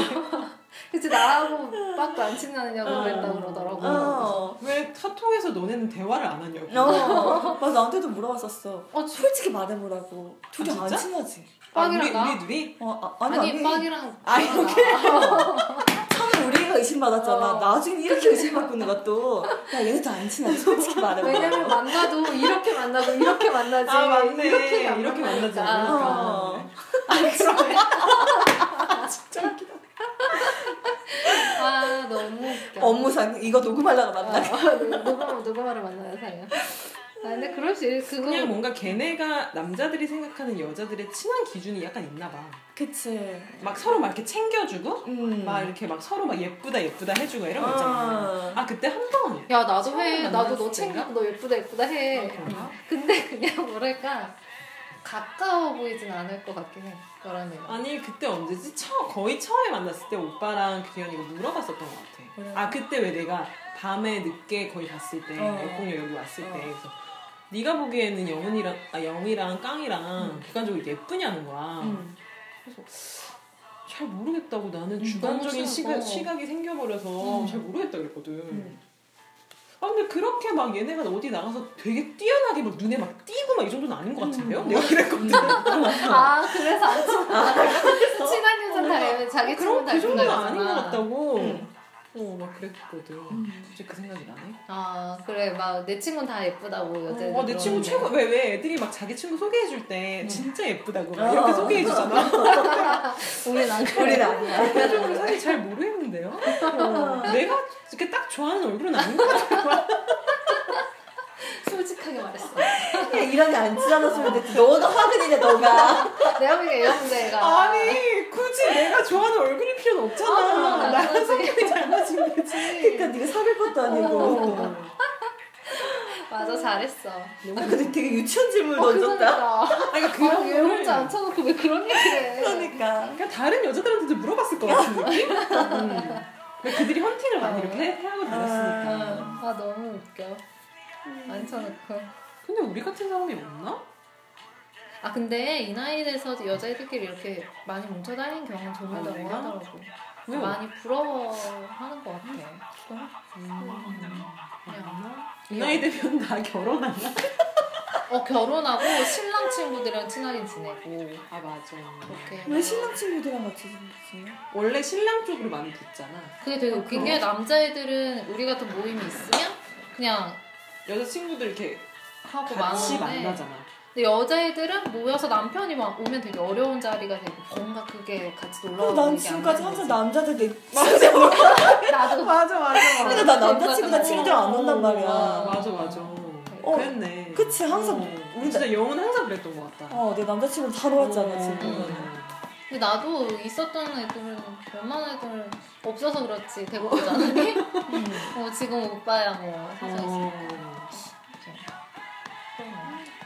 [SPEAKER 1] 그치 나하고 밖에 안 친하냐고
[SPEAKER 2] 어.
[SPEAKER 1] 그랬다 그러더라고. 어.
[SPEAKER 3] 어.
[SPEAKER 2] 왜 카톡에서 너네는 대화를 안 하냐고
[SPEAKER 3] 어, 맞아 나한테도 물어봤었어
[SPEAKER 1] 주-
[SPEAKER 3] 솔직히 말해보라고 둘이
[SPEAKER 2] 아,
[SPEAKER 3] 안
[SPEAKER 2] 진짜?
[SPEAKER 3] 친하지
[SPEAKER 2] 아,
[SPEAKER 1] 빵이랑
[SPEAKER 2] 우리,
[SPEAKER 1] 나?
[SPEAKER 2] 우리 둘이
[SPEAKER 3] 어, 아, 아니
[SPEAKER 1] 아니,
[SPEAKER 3] 아니, *laughs*
[SPEAKER 1] 빵이랑
[SPEAKER 3] 아,
[SPEAKER 1] 이렇게
[SPEAKER 3] 처음에 우리가 의심받았잖아
[SPEAKER 1] 어.
[SPEAKER 3] 나중에 이렇게 의심받고 있는 것도 야 얘네도 안 친하지 솔직히 말해봐
[SPEAKER 1] 아, 왜냐면 만나도 이렇게 만나고 이렇게 만나지
[SPEAKER 2] 아 맞네
[SPEAKER 1] 이렇게 아. 안
[SPEAKER 2] 이렇게 그러니까. 만나지
[SPEAKER 1] 만나니까.
[SPEAKER 2] 않으니까
[SPEAKER 3] 어.
[SPEAKER 1] 아 너무 웃겨
[SPEAKER 3] 업무상 이거 녹음하려고
[SPEAKER 1] 아,
[SPEAKER 3] 만나
[SPEAKER 1] 누가 누가 말을 만나는 사이야 아, 근데 그럴 수 있- 그거
[SPEAKER 2] 그냥 뭔가 걔네가 남자들이 생각하는 여자들의 친한 기준이 약간 있나 봐막
[SPEAKER 3] 그치
[SPEAKER 2] 서로 막 이렇게 챙겨주고
[SPEAKER 3] 음.
[SPEAKER 2] 막 이렇게 막 서로 막 예쁘다 예쁘다 해주고 이런 거 있잖아
[SPEAKER 1] 어.
[SPEAKER 3] 아.
[SPEAKER 2] 아 그때 한번
[SPEAKER 1] 야 나도 해
[SPEAKER 2] 처음에
[SPEAKER 1] 나도 너
[SPEAKER 2] 만났을
[SPEAKER 1] 챙겨
[SPEAKER 2] 때인가?
[SPEAKER 1] 너 예쁘다 예쁘다 해
[SPEAKER 2] 아, 그런가?
[SPEAKER 1] 근데 그냥 뭐랄까 가까워 보이진 않을 것 같긴 해 그런 애
[SPEAKER 2] 아니 그때 언제지? 처, 거의 처음에 만났을 때 오빠랑 규현이가 물어봤었던 것 같아.
[SPEAKER 3] 뭐라고?
[SPEAKER 2] 아 그때 왜 내가 밤에 늦게 거의 갔을 때
[SPEAKER 3] 어.
[SPEAKER 2] 역공역 여기 왔을
[SPEAKER 3] 어.
[SPEAKER 2] 때 그래서 네가 보기에는 영훈이랑 아 영이랑 깡이랑 객관적으로 예쁘냐는 거야.
[SPEAKER 1] 음.
[SPEAKER 2] 잘 모르겠다고 나는
[SPEAKER 1] 음,
[SPEAKER 2] 주관적인
[SPEAKER 1] 너무
[SPEAKER 2] 시각,
[SPEAKER 1] 싫어.
[SPEAKER 2] 시각이 생겨버려서
[SPEAKER 1] 음.
[SPEAKER 2] 잘 모르겠다 그랬거든.
[SPEAKER 1] 음.
[SPEAKER 2] 아 근데 그렇게 막 얘네가 어디 나가서 되게 뛰어나게 막 눈에 막 띄고 막 이 정도는 아닌 것 같은데요? 내가 그랬거든.
[SPEAKER 1] 음. *laughs* 아 그래서 안 친한 친한 인상 다 애매- 자기
[SPEAKER 2] 그런
[SPEAKER 1] 친구 다
[SPEAKER 2] 그 정도는
[SPEAKER 1] 그러잖아.
[SPEAKER 2] 아닌 것 같다고.
[SPEAKER 1] 음.
[SPEAKER 2] 어 막 그랬거든. 갑자기 그 생각이 나네.
[SPEAKER 1] 아 그래 막 내 친구는 다 예쁘다고 여자.
[SPEAKER 2] 어, 내 친구 최고 왜 왜 애들이 막 자기 친구 소개해줄 때 진짜 예쁘다고 막
[SPEAKER 3] 어.
[SPEAKER 2] 이렇게 소개해주잖아. *laughs*
[SPEAKER 1] 우리 난 그래.
[SPEAKER 3] 우리는 아니야.
[SPEAKER 2] 개인적으로 사실 잘 모르겠는데요. 내가 이렇게 딱 좋아하는 얼굴은 아닌 것 같아.
[SPEAKER 1] 솔직하게 말했어.
[SPEAKER 3] 그냥 이런 애 안 찢어놨으면 됐지. 너가 화근이냐, 너가.
[SPEAKER 1] 내가 보기엔 여자애가
[SPEAKER 2] 아니 굳이 내가 좋아하는 얼굴일 필요는 없잖아.
[SPEAKER 1] 아,
[SPEAKER 2] 나랑
[SPEAKER 1] 당연하지.
[SPEAKER 2] 성격이 잘 맞은 거지.
[SPEAKER 3] 그러니까 네가 사귈 것도 아니고.
[SPEAKER 2] 어.
[SPEAKER 1] 맞아 잘했어.
[SPEAKER 3] 아, 근데 되게 유치한 질문
[SPEAKER 1] 어,
[SPEAKER 3] 던졌다.
[SPEAKER 1] 그러니까.
[SPEAKER 2] 아니 그런
[SPEAKER 1] 그런 왜
[SPEAKER 2] 거를
[SPEAKER 1] 혼자 안 쳐놓고 왜 그런 얘기를 해?
[SPEAKER 3] 그러니까.
[SPEAKER 2] 그러니까 다른 여자들한테도 물어봤을 것 같은 느낌? *laughs* 음. 그러니까 그들이 헌팅을 많이 이렇게 해- 하고 다녔으니까.
[SPEAKER 1] 아, 아 너무 웃겨. 안 쳐놓고.
[SPEAKER 2] 근데 우리 같은 사람이 없나?
[SPEAKER 1] 아 근데 이 나이 돼서 여자애들끼리 이렇게 많이 뭉쳐 다니는 경우는 정말
[SPEAKER 2] 어,
[SPEAKER 1] 너무
[SPEAKER 2] 내가?
[SPEAKER 1] 하더라고.
[SPEAKER 2] 왜?
[SPEAKER 1] 많이 부러워하는 것 같아.
[SPEAKER 3] 그러니까.
[SPEAKER 1] 그냥.
[SPEAKER 3] 음.
[SPEAKER 2] 없나? 이 나이 되면 다 결혼하나?
[SPEAKER 1] 어 결혼하고 신랑 친구들이랑 친하게 지내고
[SPEAKER 2] 아 맞아.
[SPEAKER 1] 그렇게.
[SPEAKER 3] 왜 신랑 친구들이랑 같이 지냈지?
[SPEAKER 2] 원래 신랑 쪽으로 많이 붙잖아.
[SPEAKER 1] 그게 되게 웃긴 게 남자애들은 우리 같은 모임이 있으면 그냥
[SPEAKER 2] 여자 친구들 이렇게
[SPEAKER 3] 어,
[SPEAKER 1] 하고
[SPEAKER 2] 같이
[SPEAKER 1] 많은데
[SPEAKER 2] 만나잖아.
[SPEAKER 1] 근데 여자애들은 모여서 남편이 막 오면 되게 어려운 자리가 되고 뭔가 그게 같이 놀러
[SPEAKER 3] 어, 난
[SPEAKER 1] 가는 게 아닌
[SPEAKER 3] 지금까지 항상
[SPEAKER 1] 거지.
[SPEAKER 3] 남자들 내
[SPEAKER 1] 나도
[SPEAKER 2] *laughs* 맞아 맞아. 어,
[SPEAKER 3] 근데 나 남자친구랑 친구들 안 논단 말이야.
[SPEAKER 2] 맞아 맞아.
[SPEAKER 3] 어,
[SPEAKER 2] 그랬네.
[SPEAKER 3] 그치, 항상
[SPEAKER 2] 어.
[SPEAKER 3] 우리
[SPEAKER 2] 진짜 영은 항상 그랬던 것 같다. 어,
[SPEAKER 3] 어, 내 남자친구를 다 놀았잖아, 지금.
[SPEAKER 1] 음. 근데 나도 있었던 애들은 웬만한 애들은 없어서 그렇지 대부분 잖아
[SPEAKER 3] 음.
[SPEAKER 1] *laughs* 어, 지금 오빠야 뭐 해서 있어
[SPEAKER 2] 어.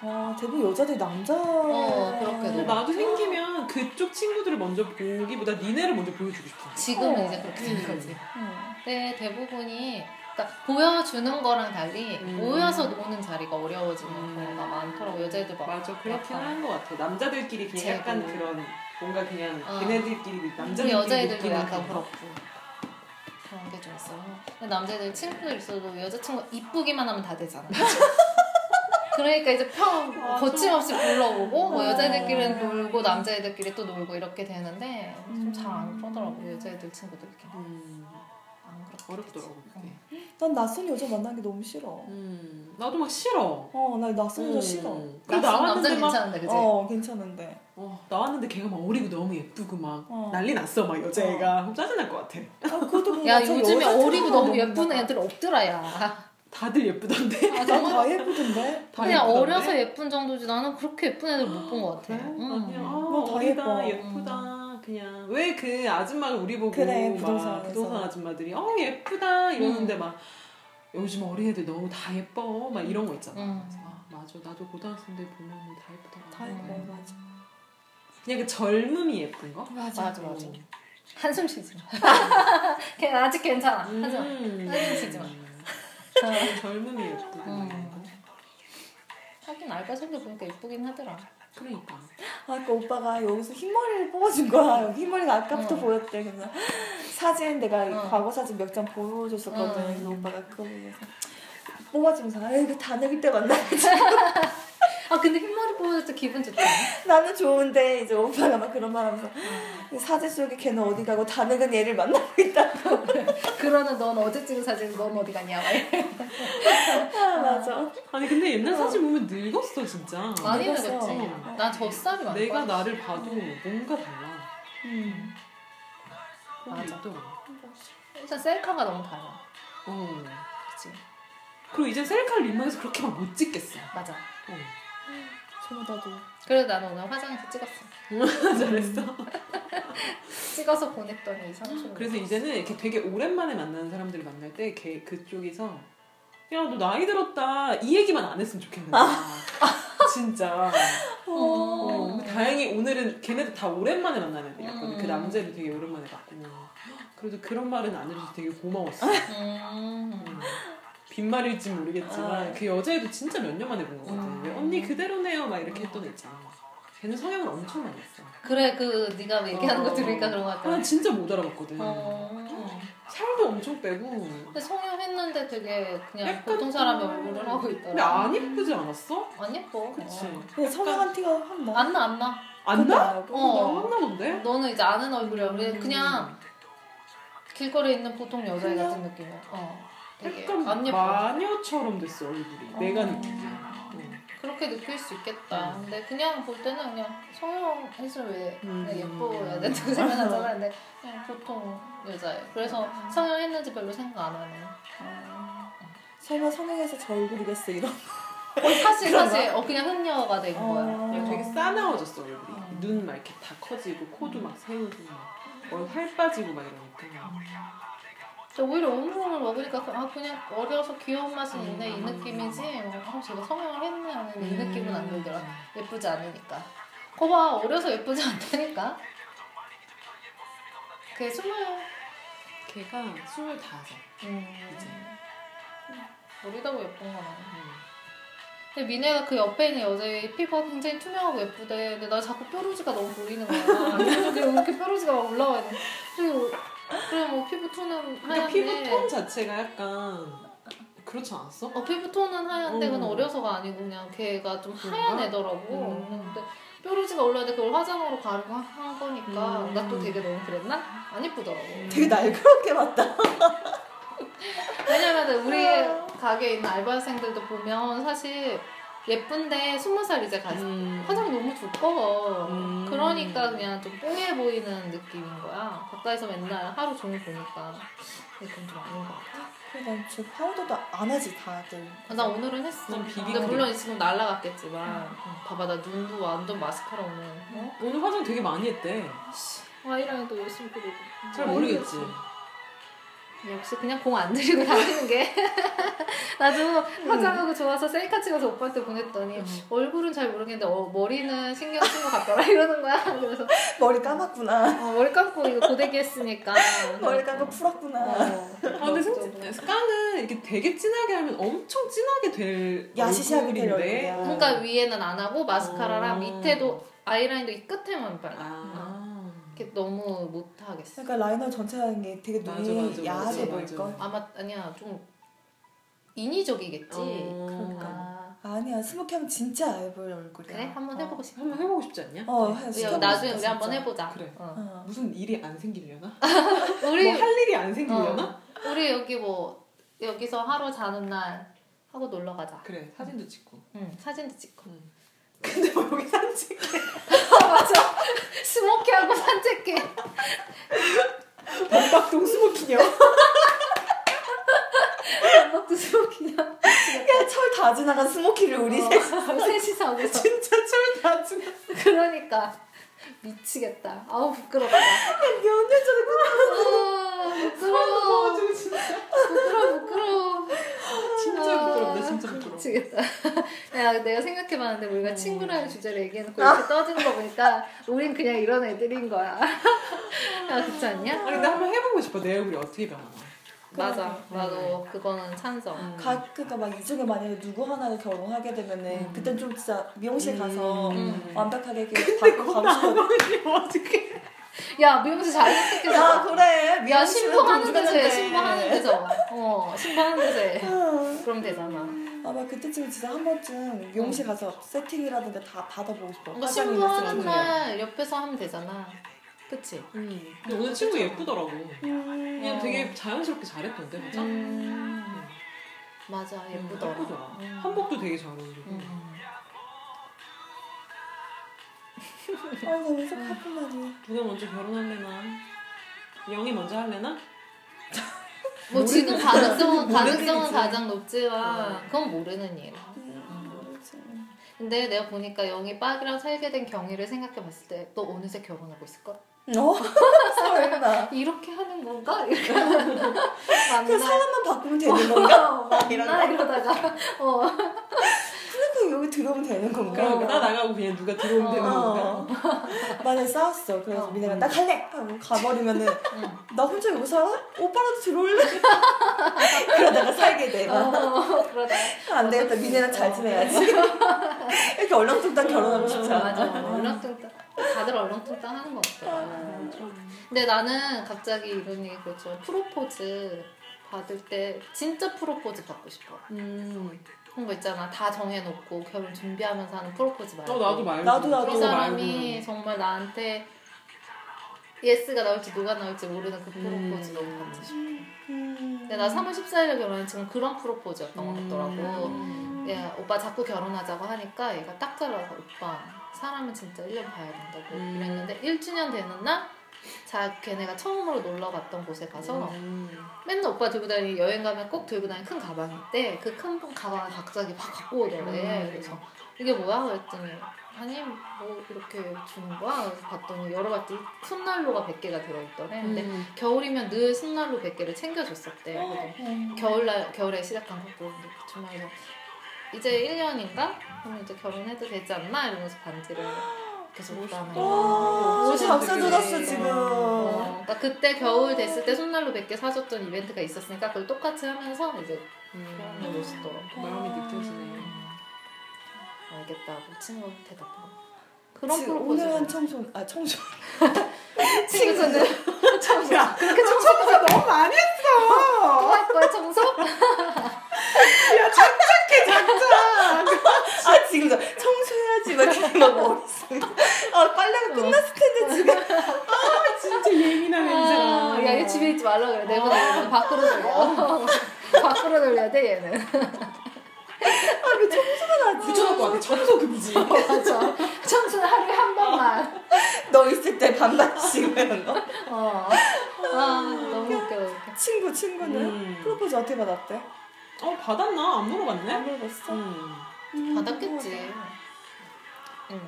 [SPEAKER 3] 아, 대부분 여자들이 남자.
[SPEAKER 1] 어, 그렇게
[SPEAKER 2] 근데
[SPEAKER 1] 음.
[SPEAKER 2] 나도 생기면 그쪽 친구들을 먼저 보기보다 니네를 먼저 보여주고 싶어.
[SPEAKER 1] 지금은
[SPEAKER 3] 어.
[SPEAKER 1] 이제 그렇게 되는 거지
[SPEAKER 3] 응.
[SPEAKER 1] 근데 대부분이 그러니까 보여주는 거랑 달리
[SPEAKER 2] 음.
[SPEAKER 1] 모여서 노는 자리가 어려워지는
[SPEAKER 2] 음.
[SPEAKER 1] 경우가 많더라고 여자애들 막
[SPEAKER 2] 맞아 그렇긴
[SPEAKER 1] 약간.
[SPEAKER 2] 한 것 같아. 남자들끼리 그냥
[SPEAKER 1] 재고.
[SPEAKER 2] 약간 그런 뭔가 그냥
[SPEAKER 1] 어.
[SPEAKER 2] 걔네들끼리
[SPEAKER 1] 우리
[SPEAKER 2] 남자들끼리
[SPEAKER 1] 여자애들도
[SPEAKER 2] 느끼는
[SPEAKER 1] 약간
[SPEAKER 2] 그런 거.
[SPEAKER 1] 그렇고 그런 게 좀 있어요. 근데 남자애들 친구들 있어도 여자친구 이쁘기만 하면 다 되잖아. 그러니까 이제 평
[SPEAKER 2] 맞아.
[SPEAKER 1] 거침없이 불러오고 뭐
[SPEAKER 3] 어.
[SPEAKER 1] 여자애들끼리는 놀고 남자애들끼리 또 놀고 이렇게 되는데 좀 잘 안 그러더라고 여자애들 친구들끼리
[SPEAKER 2] 음,
[SPEAKER 1] 안 음. 그렇게
[SPEAKER 2] 어렵더라고 그게.
[SPEAKER 1] 되지.
[SPEAKER 3] 난 낯선 여자 만나는 게 너무 싫어.
[SPEAKER 2] 음, 나도 막 싫어.
[SPEAKER 3] 어, 나 낯선 여자
[SPEAKER 2] 음.
[SPEAKER 3] 싫어.
[SPEAKER 2] 그리고
[SPEAKER 1] 남자
[SPEAKER 2] 나왔는데 막
[SPEAKER 1] 괜찮은데 그지?
[SPEAKER 3] 어, 괜찮은데.
[SPEAKER 2] 어, 나왔는데 걔가 막 어리고 너무 예쁘고 막
[SPEAKER 3] 어.
[SPEAKER 2] 난리 났어 막 여자애가 그럼 짜증날 것 같아.
[SPEAKER 3] 아, 그것도 그냥
[SPEAKER 1] 야
[SPEAKER 3] 참
[SPEAKER 1] 요즘에
[SPEAKER 3] 여자처럼
[SPEAKER 1] 어리고 너무
[SPEAKER 3] 먹는다.
[SPEAKER 1] 예쁜 애들 없더라 야.
[SPEAKER 2] 다들 예쁘던데. *laughs*
[SPEAKER 3] 아, 난다 예쁘던데.
[SPEAKER 2] 다
[SPEAKER 1] 그냥
[SPEAKER 2] 예쁘던데?
[SPEAKER 1] 어려서 예쁜 정도지 나는 그렇게 예쁜 애들 못 본 것 같아.
[SPEAKER 2] 그래?
[SPEAKER 1] 응.
[SPEAKER 2] 그냥 아,
[SPEAKER 3] 뭐다
[SPEAKER 2] 어리다
[SPEAKER 3] 예뻐.
[SPEAKER 2] 예쁘다 그냥 왜 그 아줌마가 우리 보고
[SPEAKER 3] 그래,
[SPEAKER 2] 막
[SPEAKER 3] 부동산에서.
[SPEAKER 2] 부동산 아줌마들이 어 예쁘다 이러는데 막 요즘 어린 애들 너무 다 예뻐 막 이런 거 있잖아.
[SPEAKER 1] 음.
[SPEAKER 2] 그래서 아 맞아 나도 고등학생들 보면 다 예쁘다. 음.
[SPEAKER 3] 다 예뻐, 맞아.
[SPEAKER 2] 그냥 그 젊음이 예쁜 거.
[SPEAKER 3] 맞아.
[SPEAKER 1] 맞아 맞아. 한숨 쉬지 마. *laughs* 걔 아직 괜찮아.
[SPEAKER 2] 음.
[SPEAKER 1] 하지 마. 한숨 쉬지 마.
[SPEAKER 2] 그 젊음이 예쁘다.
[SPEAKER 1] 음. 하긴 알바생들 보니까 예쁘긴 하더라.
[SPEAKER 2] 그러니까.
[SPEAKER 3] 아까 오빠가 여기서 흰머리를 뽑아준 거야. 여기 흰머리가 아까부터
[SPEAKER 1] 응.
[SPEAKER 3] 보였대. 그래서 사진 내가
[SPEAKER 1] 응.
[SPEAKER 3] 과거 사진 몇 장 보여줬었거든.
[SPEAKER 1] 응.
[SPEAKER 3] 그래서 오빠가 그거 보면서 뽑아주면서 아 이거 다 늙을 때 만나. *laughs*
[SPEAKER 1] 아 근데 흰머리 뽑아서 기분 좋다.
[SPEAKER 3] 나는 좋은데 이제 오빠가 막 그런 말하면서 이 사진 속에 걔는 어디 가고 다 늙은 얘를 만나고
[SPEAKER 1] 어.
[SPEAKER 3] 있다.
[SPEAKER 1] 그러는 넌 어제 찍은 사진 넌 어디 갔냐? 막 이래.
[SPEAKER 3] 아,
[SPEAKER 1] 음.
[SPEAKER 3] 맞아.
[SPEAKER 2] 아니 근데 옛날 사진 보면 늙었어 진짜.
[SPEAKER 1] 많이
[SPEAKER 3] 늙었어.
[SPEAKER 1] 늙었지.
[SPEAKER 2] 어.
[SPEAKER 1] 난 젖살이 많아.
[SPEAKER 2] 내가 나를 봐도 뭔가 달라.
[SPEAKER 3] 음.
[SPEAKER 1] 맞아.
[SPEAKER 2] 맞아. 있더라.
[SPEAKER 1] 일단 셀카가 너무 달라.
[SPEAKER 2] 어.
[SPEAKER 1] 그치.
[SPEAKER 2] 그리고 이제 셀카를 민망해서 그렇게 막 못 찍겠어.
[SPEAKER 1] 맞아.
[SPEAKER 2] 어.
[SPEAKER 3] 정말 나도.
[SPEAKER 1] 그래도 나는 오늘 화장해서 찍었어.
[SPEAKER 2] 잘했어.
[SPEAKER 1] 찍어서 보냈더니 삼촌.
[SPEAKER 2] 음, 그래서 이제는 이렇게 되게 오랜만에 만나는 사람들을 만날 때 걔, 그쪽에서 야 너 나이 들었다 이 얘기만 안 했으면 좋겠는 거야. *laughs* 진짜. 어,
[SPEAKER 1] 어.
[SPEAKER 2] 근데 다행히 오늘은 걔네도 다 오랜만에 만나는 애들이었거든.
[SPEAKER 1] 음.
[SPEAKER 2] 그 남자애도 되게
[SPEAKER 1] 아.
[SPEAKER 2] 오랜만에 봤고. 그래도 그런 말은 안 해줘서 되게 고마웠어.
[SPEAKER 1] 음.
[SPEAKER 2] 음. 빈말일지 모르겠지만
[SPEAKER 4] 아.
[SPEAKER 2] 그 여자애도 진짜 몇 년 만에 본 거거든. 왜 언니 그대로네요 막 이렇게 했던 애 있잖아. 걔는 성형을 엄청 많이 했어.
[SPEAKER 1] 그래 그 네가 얘기하는
[SPEAKER 2] 어.
[SPEAKER 1] 거 들으니까 그런 것 같아.
[SPEAKER 2] 난 진짜 못 알아봤거든.
[SPEAKER 1] 어.
[SPEAKER 2] 살도 엄청 빼고.
[SPEAKER 1] 근데 성형했는데 되게 그냥
[SPEAKER 2] 약간
[SPEAKER 1] 보통 사람의 얼굴을 하고
[SPEAKER 2] 근데
[SPEAKER 1] 있더라.
[SPEAKER 2] 안 이쁘지 않았어?
[SPEAKER 1] 안 예뻐.
[SPEAKER 2] 그치.
[SPEAKER 1] 어.
[SPEAKER 4] 근데 성형한 티가 확 나.
[SPEAKER 1] 안나 안 나.
[SPEAKER 2] 안 나?
[SPEAKER 3] 뭐.
[SPEAKER 1] 어.
[SPEAKER 2] 나안 나본데? 음,
[SPEAKER 1] 너는 이제 아는 얼굴이야. 우리 그냥 길거리에 있는 보통 여자애
[SPEAKER 4] 그냥?
[SPEAKER 1] 같은 느낌이야. 어. 되게
[SPEAKER 2] 약간
[SPEAKER 1] 안 예뻐.
[SPEAKER 2] 마녀처럼 됐어 얼굴이. 내가 네.
[SPEAKER 1] 어.
[SPEAKER 2] 느끼기에. 응.
[SPEAKER 1] 그렇게 느낄 수 있겠다. 근데 그냥 볼 때는 그냥 성형해서 왜
[SPEAKER 2] 음.
[SPEAKER 1] 그냥 예뻐야 된다고 생각하잖아. 근데 그냥 보통 여자예요. 그래서 성형했는지 별로 생각 안 하네.
[SPEAKER 3] 아.
[SPEAKER 4] 설마 성형해서 저 얼굴이겠어 이런.
[SPEAKER 1] 사실
[SPEAKER 4] 그런가?
[SPEAKER 1] 사실 어 그냥 흔녀가 된 거야.
[SPEAKER 3] 어.
[SPEAKER 2] 그냥 되게
[SPEAKER 4] 되게
[SPEAKER 2] 싸나워졌어 얼굴이.
[SPEAKER 1] 어.
[SPEAKER 2] 눈 막 이렇게 다 커지고 코도 막 세우고 막살 빠지고 막 이러니까.
[SPEAKER 1] 저 오히려 오물오물 먹으니까 그- 아 그냥 어려서 귀여운 맛은 있네 이 느낌이지. 어, 제가 성형을 했네 하는
[SPEAKER 2] 음.
[SPEAKER 1] 이 어, 그 느낌은 안 들더라. 예쁘지 않으니까. 거봐 어려서 예쁘지 않다니까. 그게 스물
[SPEAKER 2] 걔가 스물다섯.
[SPEAKER 1] 음,
[SPEAKER 2] 이제.
[SPEAKER 1] 어리다고 예쁜 건 아니야. 근데 미네가 그 옆에 있는 여자의 피부가 굉장히 투명하고 예쁘대. 근데 나 자꾸 뾰루지가 너무 보이는 거야. 근데 왜 이렇게 뾰루지가 막 올라와야 돼? 그리고 그래 뭐 피부톤은
[SPEAKER 2] 그러니까
[SPEAKER 1] 하얀데.
[SPEAKER 2] 피부톤 자체가 약간 그렇지 않았어?
[SPEAKER 1] 어 피부톤은 하얀데 그건
[SPEAKER 2] 음.
[SPEAKER 1] 어려서가 아니고 그냥 걔가 좀
[SPEAKER 2] 그런가?
[SPEAKER 1] 하얀 애더라고.
[SPEAKER 2] 음.
[SPEAKER 1] 근데 뾰루지가 올라야 돼. 그걸 화장으로 가르고 한 거니까
[SPEAKER 2] 음.
[SPEAKER 1] 나 또 되게 너무 그랬나? 안 예쁘더라고.
[SPEAKER 4] 되게 날카롭게 봤다.
[SPEAKER 1] 왜냐면 우리
[SPEAKER 2] 음.
[SPEAKER 1] 가게에 있는 알바생들도 보면 사실 예쁜데 스무 살 이제 가
[SPEAKER 2] 음.
[SPEAKER 1] 화장이 너무 두꺼워.
[SPEAKER 2] 음.
[SPEAKER 1] 그러니까 그냥 좀 뽀해 보이는 느낌인 거야. 가까이서 맨날 하루 종일 보니까. 근데 그건 좀 아닌 것 같아.
[SPEAKER 4] 난 지금 파우더도 안 하지 다들.
[SPEAKER 1] 아, 나 오늘은 했어.
[SPEAKER 2] 난 비비고
[SPEAKER 1] 근데 물론 지금 날라갔겠지만. 응, 봐봐, 나 눈도 완전 마스카라 오늘. 어?
[SPEAKER 2] 오늘 화장 되게 많이 했대.
[SPEAKER 1] 아이라인도 열심히 그리고.
[SPEAKER 2] 잘 모르겠지.
[SPEAKER 1] 역시 그냥 공 안 들이고 다니는 게. *laughs* 나도 화장하고 좋아서 셀카 찍어서 오빠한테 보냈더니 얼굴은 잘 모르겠는데 어, 머리는 신경 쓴 것 같더라 이러는 거야. 그래서
[SPEAKER 4] 머리 감았구나.
[SPEAKER 1] 어, 머리 감고 이거 고데기 했으니까.
[SPEAKER 4] 머리 감고 풀었구나.
[SPEAKER 1] 어. 네.
[SPEAKER 2] 아, 근데 생- 스카는 이렇게 되게 진하게 하면 엄청 진하게 될
[SPEAKER 4] 야시시하게 될
[SPEAKER 2] 얼굴인데.
[SPEAKER 4] 얼굴이야.
[SPEAKER 1] 그러니까 위에는 안 하고 마스카라랑
[SPEAKER 2] 어.
[SPEAKER 1] 밑에도 아이라인도 이 끝에만 발라.
[SPEAKER 2] 아.
[SPEAKER 1] 이렇게 너무 못 하겠어.
[SPEAKER 4] 그러니까 라이너 전체 하는 게 되게
[SPEAKER 2] 맞아,
[SPEAKER 4] 눈이
[SPEAKER 2] 맞아, 맞아,
[SPEAKER 4] 야하게
[SPEAKER 2] 맞아.
[SPEAKER 4] 보일 걸.
[SPEAKER 1] 아마 아니야 좀 인위적이겠지.
[SPEAKER 2] 어.
[SPEAKER 1] 아,
[SPEAKER 4] 아니야 스모키 하면 진짜 아예 보일 얼굴이야.
[SPEAKER 1] 그래 한번 해보고 싶어.
[SPEAKER 2] 한번 해보고 싶지 않냐?
[SPEAKER 4] 어, 해-
[SPEAKER 1] 우리
[SPEAKER 4] 시켜보고
[SPEAKER 1] 나중에
[SPEAKER 4] 싶다,
[SPEAKER 1] 우리 한번 아,
[SPEAKER 4] 진짜.
[SPEAKER 1] 해보자.
[SPEAKER 2] 그래.
[SPEAKER 1] 어.
[SPEAKER 4] 어.
[SPEAKER 2] 무슨 일이 안 생기려나?
[SPEAKER 1] 우리 어,
[SPEAKER 2] 뭐 할 일이 안 생기려나?
[SPEAKER 1] 우리 여기 뭐 여기서 하루 자는 날 하고 놀러 가자.
[SPEAKER 2] 그래 사진도 찍고.
[SPEAKER 1] 응 사진도 찍고
[SPEAKER 2] 응. 근데 뭐 여기 *laughs* 산책.
[SPEAKER 1] *laughs* 스모키하고 산책해.
[SPEAKER 2] 단박동 스모키냐?
[SPEAKER 1] 밥먹도 스모키냐?
[SPEAKER 4] 그냥 철다 지나간 스모키를 우리
[SPEAKER 1] 어,
[SPEAKER 4] 셋
[SPEAKER 1] 셋이서 하고서.
[SPEAKER 2] 진짜 철다 지나.
[SPEAKER 1] 어. 그러니까 미치겠다. 아우 부끄럽다. 어,
[SPEAKER 4] 몇년 전에
[SPEAKER 1] 아, 부끄러워.
[SPEAKER 2] 가지고 진짜
[SPEAKER 1] 부끄러워 부끄러워.
[SPEAKER 2] 진짜
[SPEAKER 1] 아,
[SPEAKER 2] 부끄럽다 진짜 부끄러워.
[SPEAKER 1] 미치겠다. *laughs* 야, 내가 생각해봤는데 우리가 친구라는 주제를 얘기해놓고 이렇게 떠드는 거 보니까 우린 그냥 이런 애들인 거야. *laughs* 야 그렇지 않냐?
[SPEAKER 2] 아 근데 한번 해보고 싶어 내 얼굴이 어떻게 변하나.
[SPEAKER 1] 맞아. 나도 그거는 찬성.
[SPEAKER 4] 가, 그러니까 막 이중에 만약에 누구 하나를 결혼하게 되면은
[SPEAKER 2] 음.
[SPEAKER 4] 그땐 좀 진짜 미용실 가서
[SPEAKER 1] 음.
[SPEAKER 2] 네.
[SPEAKER 4] 완벽하게 이렇게 받고 가고 싶어.
[SPEAKER 2] 어떻게?
[SPEAKER 1] 야 미용실 잘 선택했어.
[SPEAKER 4] 야 아, 그래
[SPEAKER 1] 야
[SPEAKER 4] 미용실은
[SPEAKER 1] 신부하는
[SPEAKER 4] 돈
[SPEAKER 1] 데서
[SPEAKER 4] 주는데.
[SPEAKER 1] 해. 신부하는 데서. 어 신부하는 데서 해. 그럼 되잖아.
[SPEAKER 4] 어. 아마 그때쯤에 진짜 한 번쯤
[SPEAKER 2] 음.
[SPEAKER 4] 미용실 가서 세팅이라든가 다 받아보고 싶어.
[SPEAKER 1] 뭔가
[SPEAKER 4] 화장이나
[SPEAKER 1] 신부하는
[SPEAKER 4] 세팅.
[SPEAKER 1] 날 옆에서 하면 되잖아. 그치?
[SPEAKER 2] 음. 근데 오늘 친구 예쁘더라고. 그냥
[SPEAKER 1] 어.
[SPEAKER 2] 되게 자연스럽게 잘했던데 맞아?
[SPEAKER 1] 음. 맞아 예쁘더라.
[SPEAKER 2] 예쁘더라.
[SPEAKER 1] 음.
[SPEAKER 2] 한복도 되게 잘 어울리고.
[SPEAKER 1] 음.
[SPEAKER 4] 아 너무 속하구만이.
[SPEAKER 2] 누가 먼저 결혼할래나? 영이 먼저
[SPEAKER 3] 어.
[SPEAKER 2] 할래나?
[SPEAKER 1] 뭐 지금 *laughs* 가능성은 가능성은
[SPEAKER 2] 일이지.
[SPEAKER 1] 가장 높지만 그건 모르는 일. 근데 내가 보니까 영이 빡이랑 살게 된 경위를 생각해봤을 때 너 어느새 결혼하고 있을 걸?
[SPEAKER 4] 어? 설마.
[SPEAKER 1] 이렇게 하는 건가? *laughs* 이렇게 하는 건가?
[SPEAKER 4] 그
[SPEAKER 1] 맞나?
[SPEAKER 4] 사람만 바꾸면 되는 건가?
[SPEAKER 1] 어, 맞나? 이러다가 어
[SPEAKER 4] 그
[SPEAKER 3] 여기 들어오면 되는 건가?
[SPEAKER 2] 그럼 나 나가고 그냥 누가 들어오면 되는 건가?
[SPEAKER 3] 어. 만약에 싸웠어. 그래서
[SPEAKER 1] 어.
[SPEAKER 3] 미나가 나 갈래! 하고 가버리면은
[SPEAKER 1] 응.
[SPEAKER 3] 나 혼자 여기 살아? 오빠라도 들어올래? *laughs* 그러다가 살게 돼. 막.
[SPEAKER 1] 어, 그러다.
[SPEAKER 3] *laughs* 안 되겠다. 미네랑 잘
[SPEAKER 1] *laughs*
[SPEAKER 3] 지내야지. 이렇게 얼렁뚱땅 결혼하고 싶잖아.
[SPEAKER 1] 어, 맞아. 얼렁뚱땅. 다들 얼렁뚱땅 하는 것 같아. 근데 나는 갑자기 이런 얘기 그죠. 프로포즈 받을 때 진짜 프로포즈 받고 싶어.
[SPEAKER 2] 음.
[SPEAKER 1] 그런 거 있잖아. 다 정해놓고 결혼 준비하면서 하는 프로포즈 말고.
[SPEAKER 2] 어 나도 말고.
[SPEAKER 3] 나도, 나도.
[SPEAKER 1] 그
[SPEAKER 3] 그거
[SPEAKER 1] 사람이 정말 나한테 예스가 나올지 누가 나올지 모르는 그 프로포즈
[SPEAKER 2] 음.
[SPEAKER 1] 너무 받고 싶어.
[SPEAKER 3] 음.
[SPEAKER 1] 근데 나 3월 14일에 결혼한 지금 그런 프로포즈였던 것 같더라고.
[SPEAKER 2] 음.
[SPEAKER 1] 예, 오빠 자꾸 결혼하자고 하니까 얘가 딱 잘라서 오빠 사람은 진짜 1년 봐야 된다고
[SPEAKER 2] 음.
[SPEAKER 1] 이랬는데 1주년 되는 날 자, 걔네가 처음으로 놀러 갔던 곳에 가서
[SPEAKER 2] 음.
[SPEAKER 1] 맨날 오빠 들고 다니 여행 가면 꼭 들고 다니는 큰 가방이 있대 그 큰 가방을 갑자기 막 갖고 오더래
[SPEAKER 2] 음.
[SPEAKER 1] 그래서 이게 뭐야 그랬더니 아니 뭐 이렇게 주는 거야 그래서 봤더니 열어봤더니 순난로가 100개가 들어있더래 근데
[SPEAKER 2] 음. 어.
[SPEAKER 1] 겨울이면 늘 순난로 100개를 챙겨줬었대 그래서
[SPEAKER 3] 어.
[SPEAKER 1] 겨울날 겨울에 시작한 것도 주말에 이제 1년인가? 그럼 이제 결혼해도 되지 않나? 이러면서 반지를 계속
[SPEAKER 2] 어.
[SPEAKER 1] 오빠가
[SPEAKER 3] 와,
[SPEAKER 1] 옷이
[SPEAKER 3] 박사
[SPEAKER 1] 되게-
[SPEAKER 3] 돋았어, 지금.
[SPEAKER 1] 어, 그러니까 그때 겨울 됐을 때 손난로 100개 사줬던 이벤트가 있었으니까 그걸 똑같이 하면서 이제
[SPEAKER 2] 음.
[SPEAKER 1] 결혼을 놓으시더라고
[SPEAKER 2] 마음이 느껴지네.
[SPEAKER 1] 알겠다고 친구 대답하고 그런
[SPEAKER 3] 지금 오늘은
[SPEAKER 1] 프로포즈
[SPEAKER 3] 청소, 아, 청소.
[SPEAKER 1] 친구는 *laughs* 청소
[SPEAKER 2] 야, 그렇게 청소가 너무 많이 했어.
[SPEAKER 1] 할 거야 청소?
[SPEAKER 3] 아, 지금 나 청소해야지. 막 지금 막뭐 머릿속에. 아, 빨래가 끝났을 텐데, 지금.
[SPEAKER 2] 진짜 예민한
[SPEAKER 1] 아,
[SPEAKER 2] 애잖아.
[SPEAKER 1] 야, 얘 집에 있지 말라 그래. 내보내. 얘는 밖으로 *laughs* 돌려. 밖으로 돌려야 돼, 얘는.
[SPEAKER 3] 아,
[SPEAKER 2] 붙여놓고 왔네.
[SPEAKER 1] *laughs*
[SPEAKER 2] 청소금지.
[SPEAKER 1] 어, 맞아. 청소는 하루에 한 번만.
[SPEAKER 3] 너 있을 때 반반씩 이런 거.
[SPEAKER 1] 어. 아, 너무 웃겨. 너무 웃겨.
[SPEAKER 3] 친구, 친구는
[SPEAKER 2] 음.
[SPEAKER 3] 프로포즈 어떻게 받았대?
[SPEAKER 2] 어 받았나? 안 물어봤네.
[SPEAKER 3] 안 물어봤어?
[SPEAKER 2] 음.
[SPEAKER 3] 음,
[SPEAKER 1] 받았겠지. 응.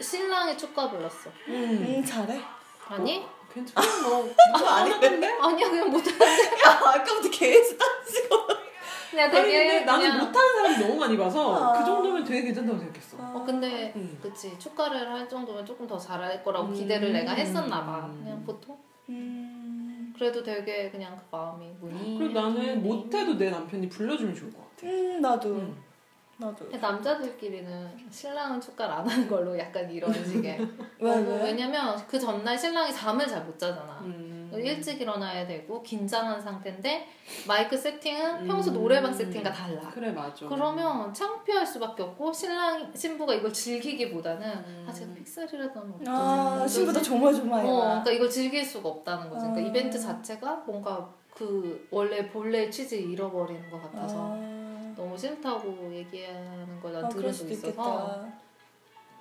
[SPEAKER 1] 신랑이 축가 불렀어.
[SPEAKER 2] 음.
[SPEAKER 3] 음, 잘해.
[SPEAKER 1] 아니?
[SPEAKER 2] 괜찮아. 뭐
[SPEAKER 3] 그거 아니던데?
[SPEAKER 1] 아니야, 그냥 *laughs* 못하는데.
[SPEAKER 3] 야, 아까부터 계속 따지고.
[SPEAKER 1] 그냥
[SPEAKER 2] 아니 근데
[SPEAKER 1] 되게
[SPEAKER 2] 나는
[SPEAKER 1] 그냥.
[SPEAKER 2] 못하는 사람 너무 많이 봐서
[SPEAKER 3] 아.
[SPEAKER 2] 그 정도면 되게 괜찮다고 생각했어.
[SPEAKER 1] 어, 근데,
[SPEAKER 2] 음.
[SPEAKER 1] 그치. 축가를 할 정도면 조금 더 잘할 거라고
[SPEAKER 2] 음.
[SPEAKER 1] 기대를 내가 했었나 봐. 그냥
[SPEAKER 2] 음.
[SPEAKER 1] 보통.
[SPEAKER 3] 음,
[SPEAKER 1] 그래도 되게 그냥 그 마음이 문이.
[SPEAKER 2] 그리고
[SPEAKER 1] 음.
[SPEAKER 2] 나는 못해도 내 남편이 불러주면 좋을 것 같아.
[SPEAKER 3] 음, 나도.
[SPEAKER 2] 음.
[SPEAKER 3] 나도.
[SPEAKER 1] 근데 남자들끼리는 신랑은 축가를 안 하는 걸로 약간 이런
[SPEAKER 2] *laughs*
[SPEAKER 1] 식의
[SPEAKER 3] 왜, 왜?
[SPEAKER 1] 냐면그 전날 신랑이 잠을 잘 못 자잖아
[SPEAKER 2] 음.
[SPEAKER 1] 일찍 일어나야 되고 긴장한 상태인데 마이크 세팅은
[SPEAKER 2] 음. 그렇죠.
[SPEAKER 1] 평소 노래방 세팅과 달라
[SPEAKER 2] 그래 맞아.
[SPEAKER 1] 그러면 창피할 수밖에 없고 신랑 신부가 이걸 즐기기보다는
[SPEAKER 2] 음.
[SPEAKER 1] 아 제가 픽셀이라도 하면 어떡하지?
[SPEAKER 3] 아,
[SPEAKER 1] 어떡하지?
[SPEAKER 3] 신부도 조마조마해.
[SPEAKER 1] 어,
[SPEAKER 3] 막.
[SPEAKER 1] 그러니까 이걸 즐길 수가 없다는 거지. 그러니까
[SPEAKER 3] 아.
[SPEAKER 1] 이벤트 자체가 뭔가 그 원래 본래 취지 잃어버리는 것 같아서
[SPEAKER 3] 아,
[SPEAKER 1] 너무 싫다고 얘기하는 걸난
[SPEAKER 3] 아,
[SPEAKER 1] 들은
[SPEAKER 3] 그럴
[SPEAKER 1] 적
[SPEAKER 3] 수도
[SPEAKER 1] 있어서
[SPEAKER 3] 있겠다.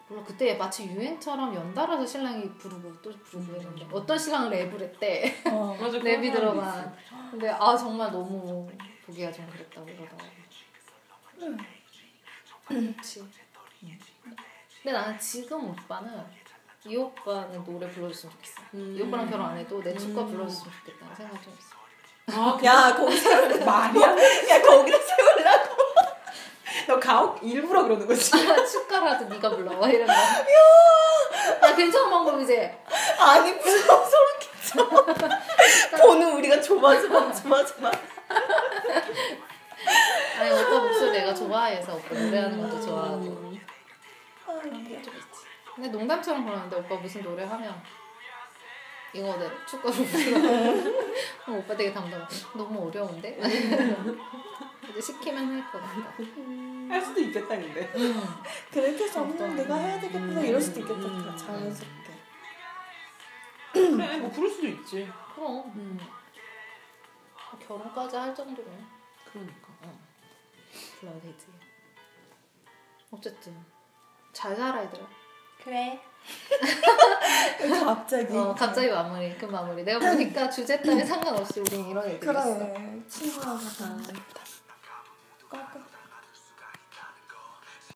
[SPEAKER 1] 물론 그때 마치 유행처럼 연달아서 신랑이 부르고 또 부르고
[SPEAKER 3] 음.
[SPEAKER 1] 했는데 어떤 신랑을 랩을 했대
[SPEAKER 3] 어.
[SPEAKER 2] 맞아. 그런
[SPEAKER 1] 랩이
[SPEAKER 2] 사람도
[SPEAKER 1] 들어간 근데 아 정말 너무 보기가 좀 그랬다고 그러더라고 그렇지 근데 나는 지금 오빠는 이 오빠는 노래 불러줬으면 좋겠어
[SPEAKER 2] 음.
[SPEAKER 1] 이 오빠랑 결혼 안 해도 내 축가
[SPEAKER 2] 음.
[SPEAKER 1] 불러줬으면 좋겠다는 생각이 좀 있어
[SPEAKER 2] 있어. 아
[SPEAKER 3] 야, 거기서 말이야. 야, 거기다 세우려고.
[SPEAKER 2] 너 가혹 일부러 그러는 거지.
[SPEAKER 1] 아, 축가라도 네가 불러 막 이런 거야 괜찮은 방법이지
[SPEAKER 3] 아니, 무슨 소름 끼쳐. *laughs* 보는 우리가 조마조마, 조마조마.
[SPEAKER 1] 아니 오빠 목소리 내가 좋아해서 오빠 노래하는 것도 좋아하고
[SPEAKER 2] 음.
[SPEAKER 3] 아, 웃겨.
[SPEAKER 1] 근데 농담처럼 그러는데 오빠 무슨 노래 하면 이거 내 축구를 *laughs* 불러 그럼 오빠 되게 담담 너무 어려운데 이제 시키면 할 것 같다
[SPEAKER 2] 할 수도 있겠다 근데.
[SPEAKER 3] 그렇게 해서 없는 내가 해야 되겠구나. 이럴 수도 있겠다.
[SPEAKER 2] 음.
[SPEAKER 3] 자연스럽게.
[SPEAKER 1] 음.
[SPEAKER 2] 그래 뭐 그럴 수도 있지.
[SPEAKER 1] 그럼 음. 결혼까지 할 정도면 어,
[SPEAKER 2] 그러니까.
[SPEAKER 1] 불러야 되지 어쨌든 잘 살아 얘들아
[SPEAKER 3] *laughs* 그래. 갑자기.
[SPEAKER 1] 어, 갑자기 마무리 그 마무리 내가 보니까 주제 *clears throat* 따위 상관없이 우린 이런 얘기를 했어
[SPEAKER 3] 아, 그래. 친구하고 다. 깎아.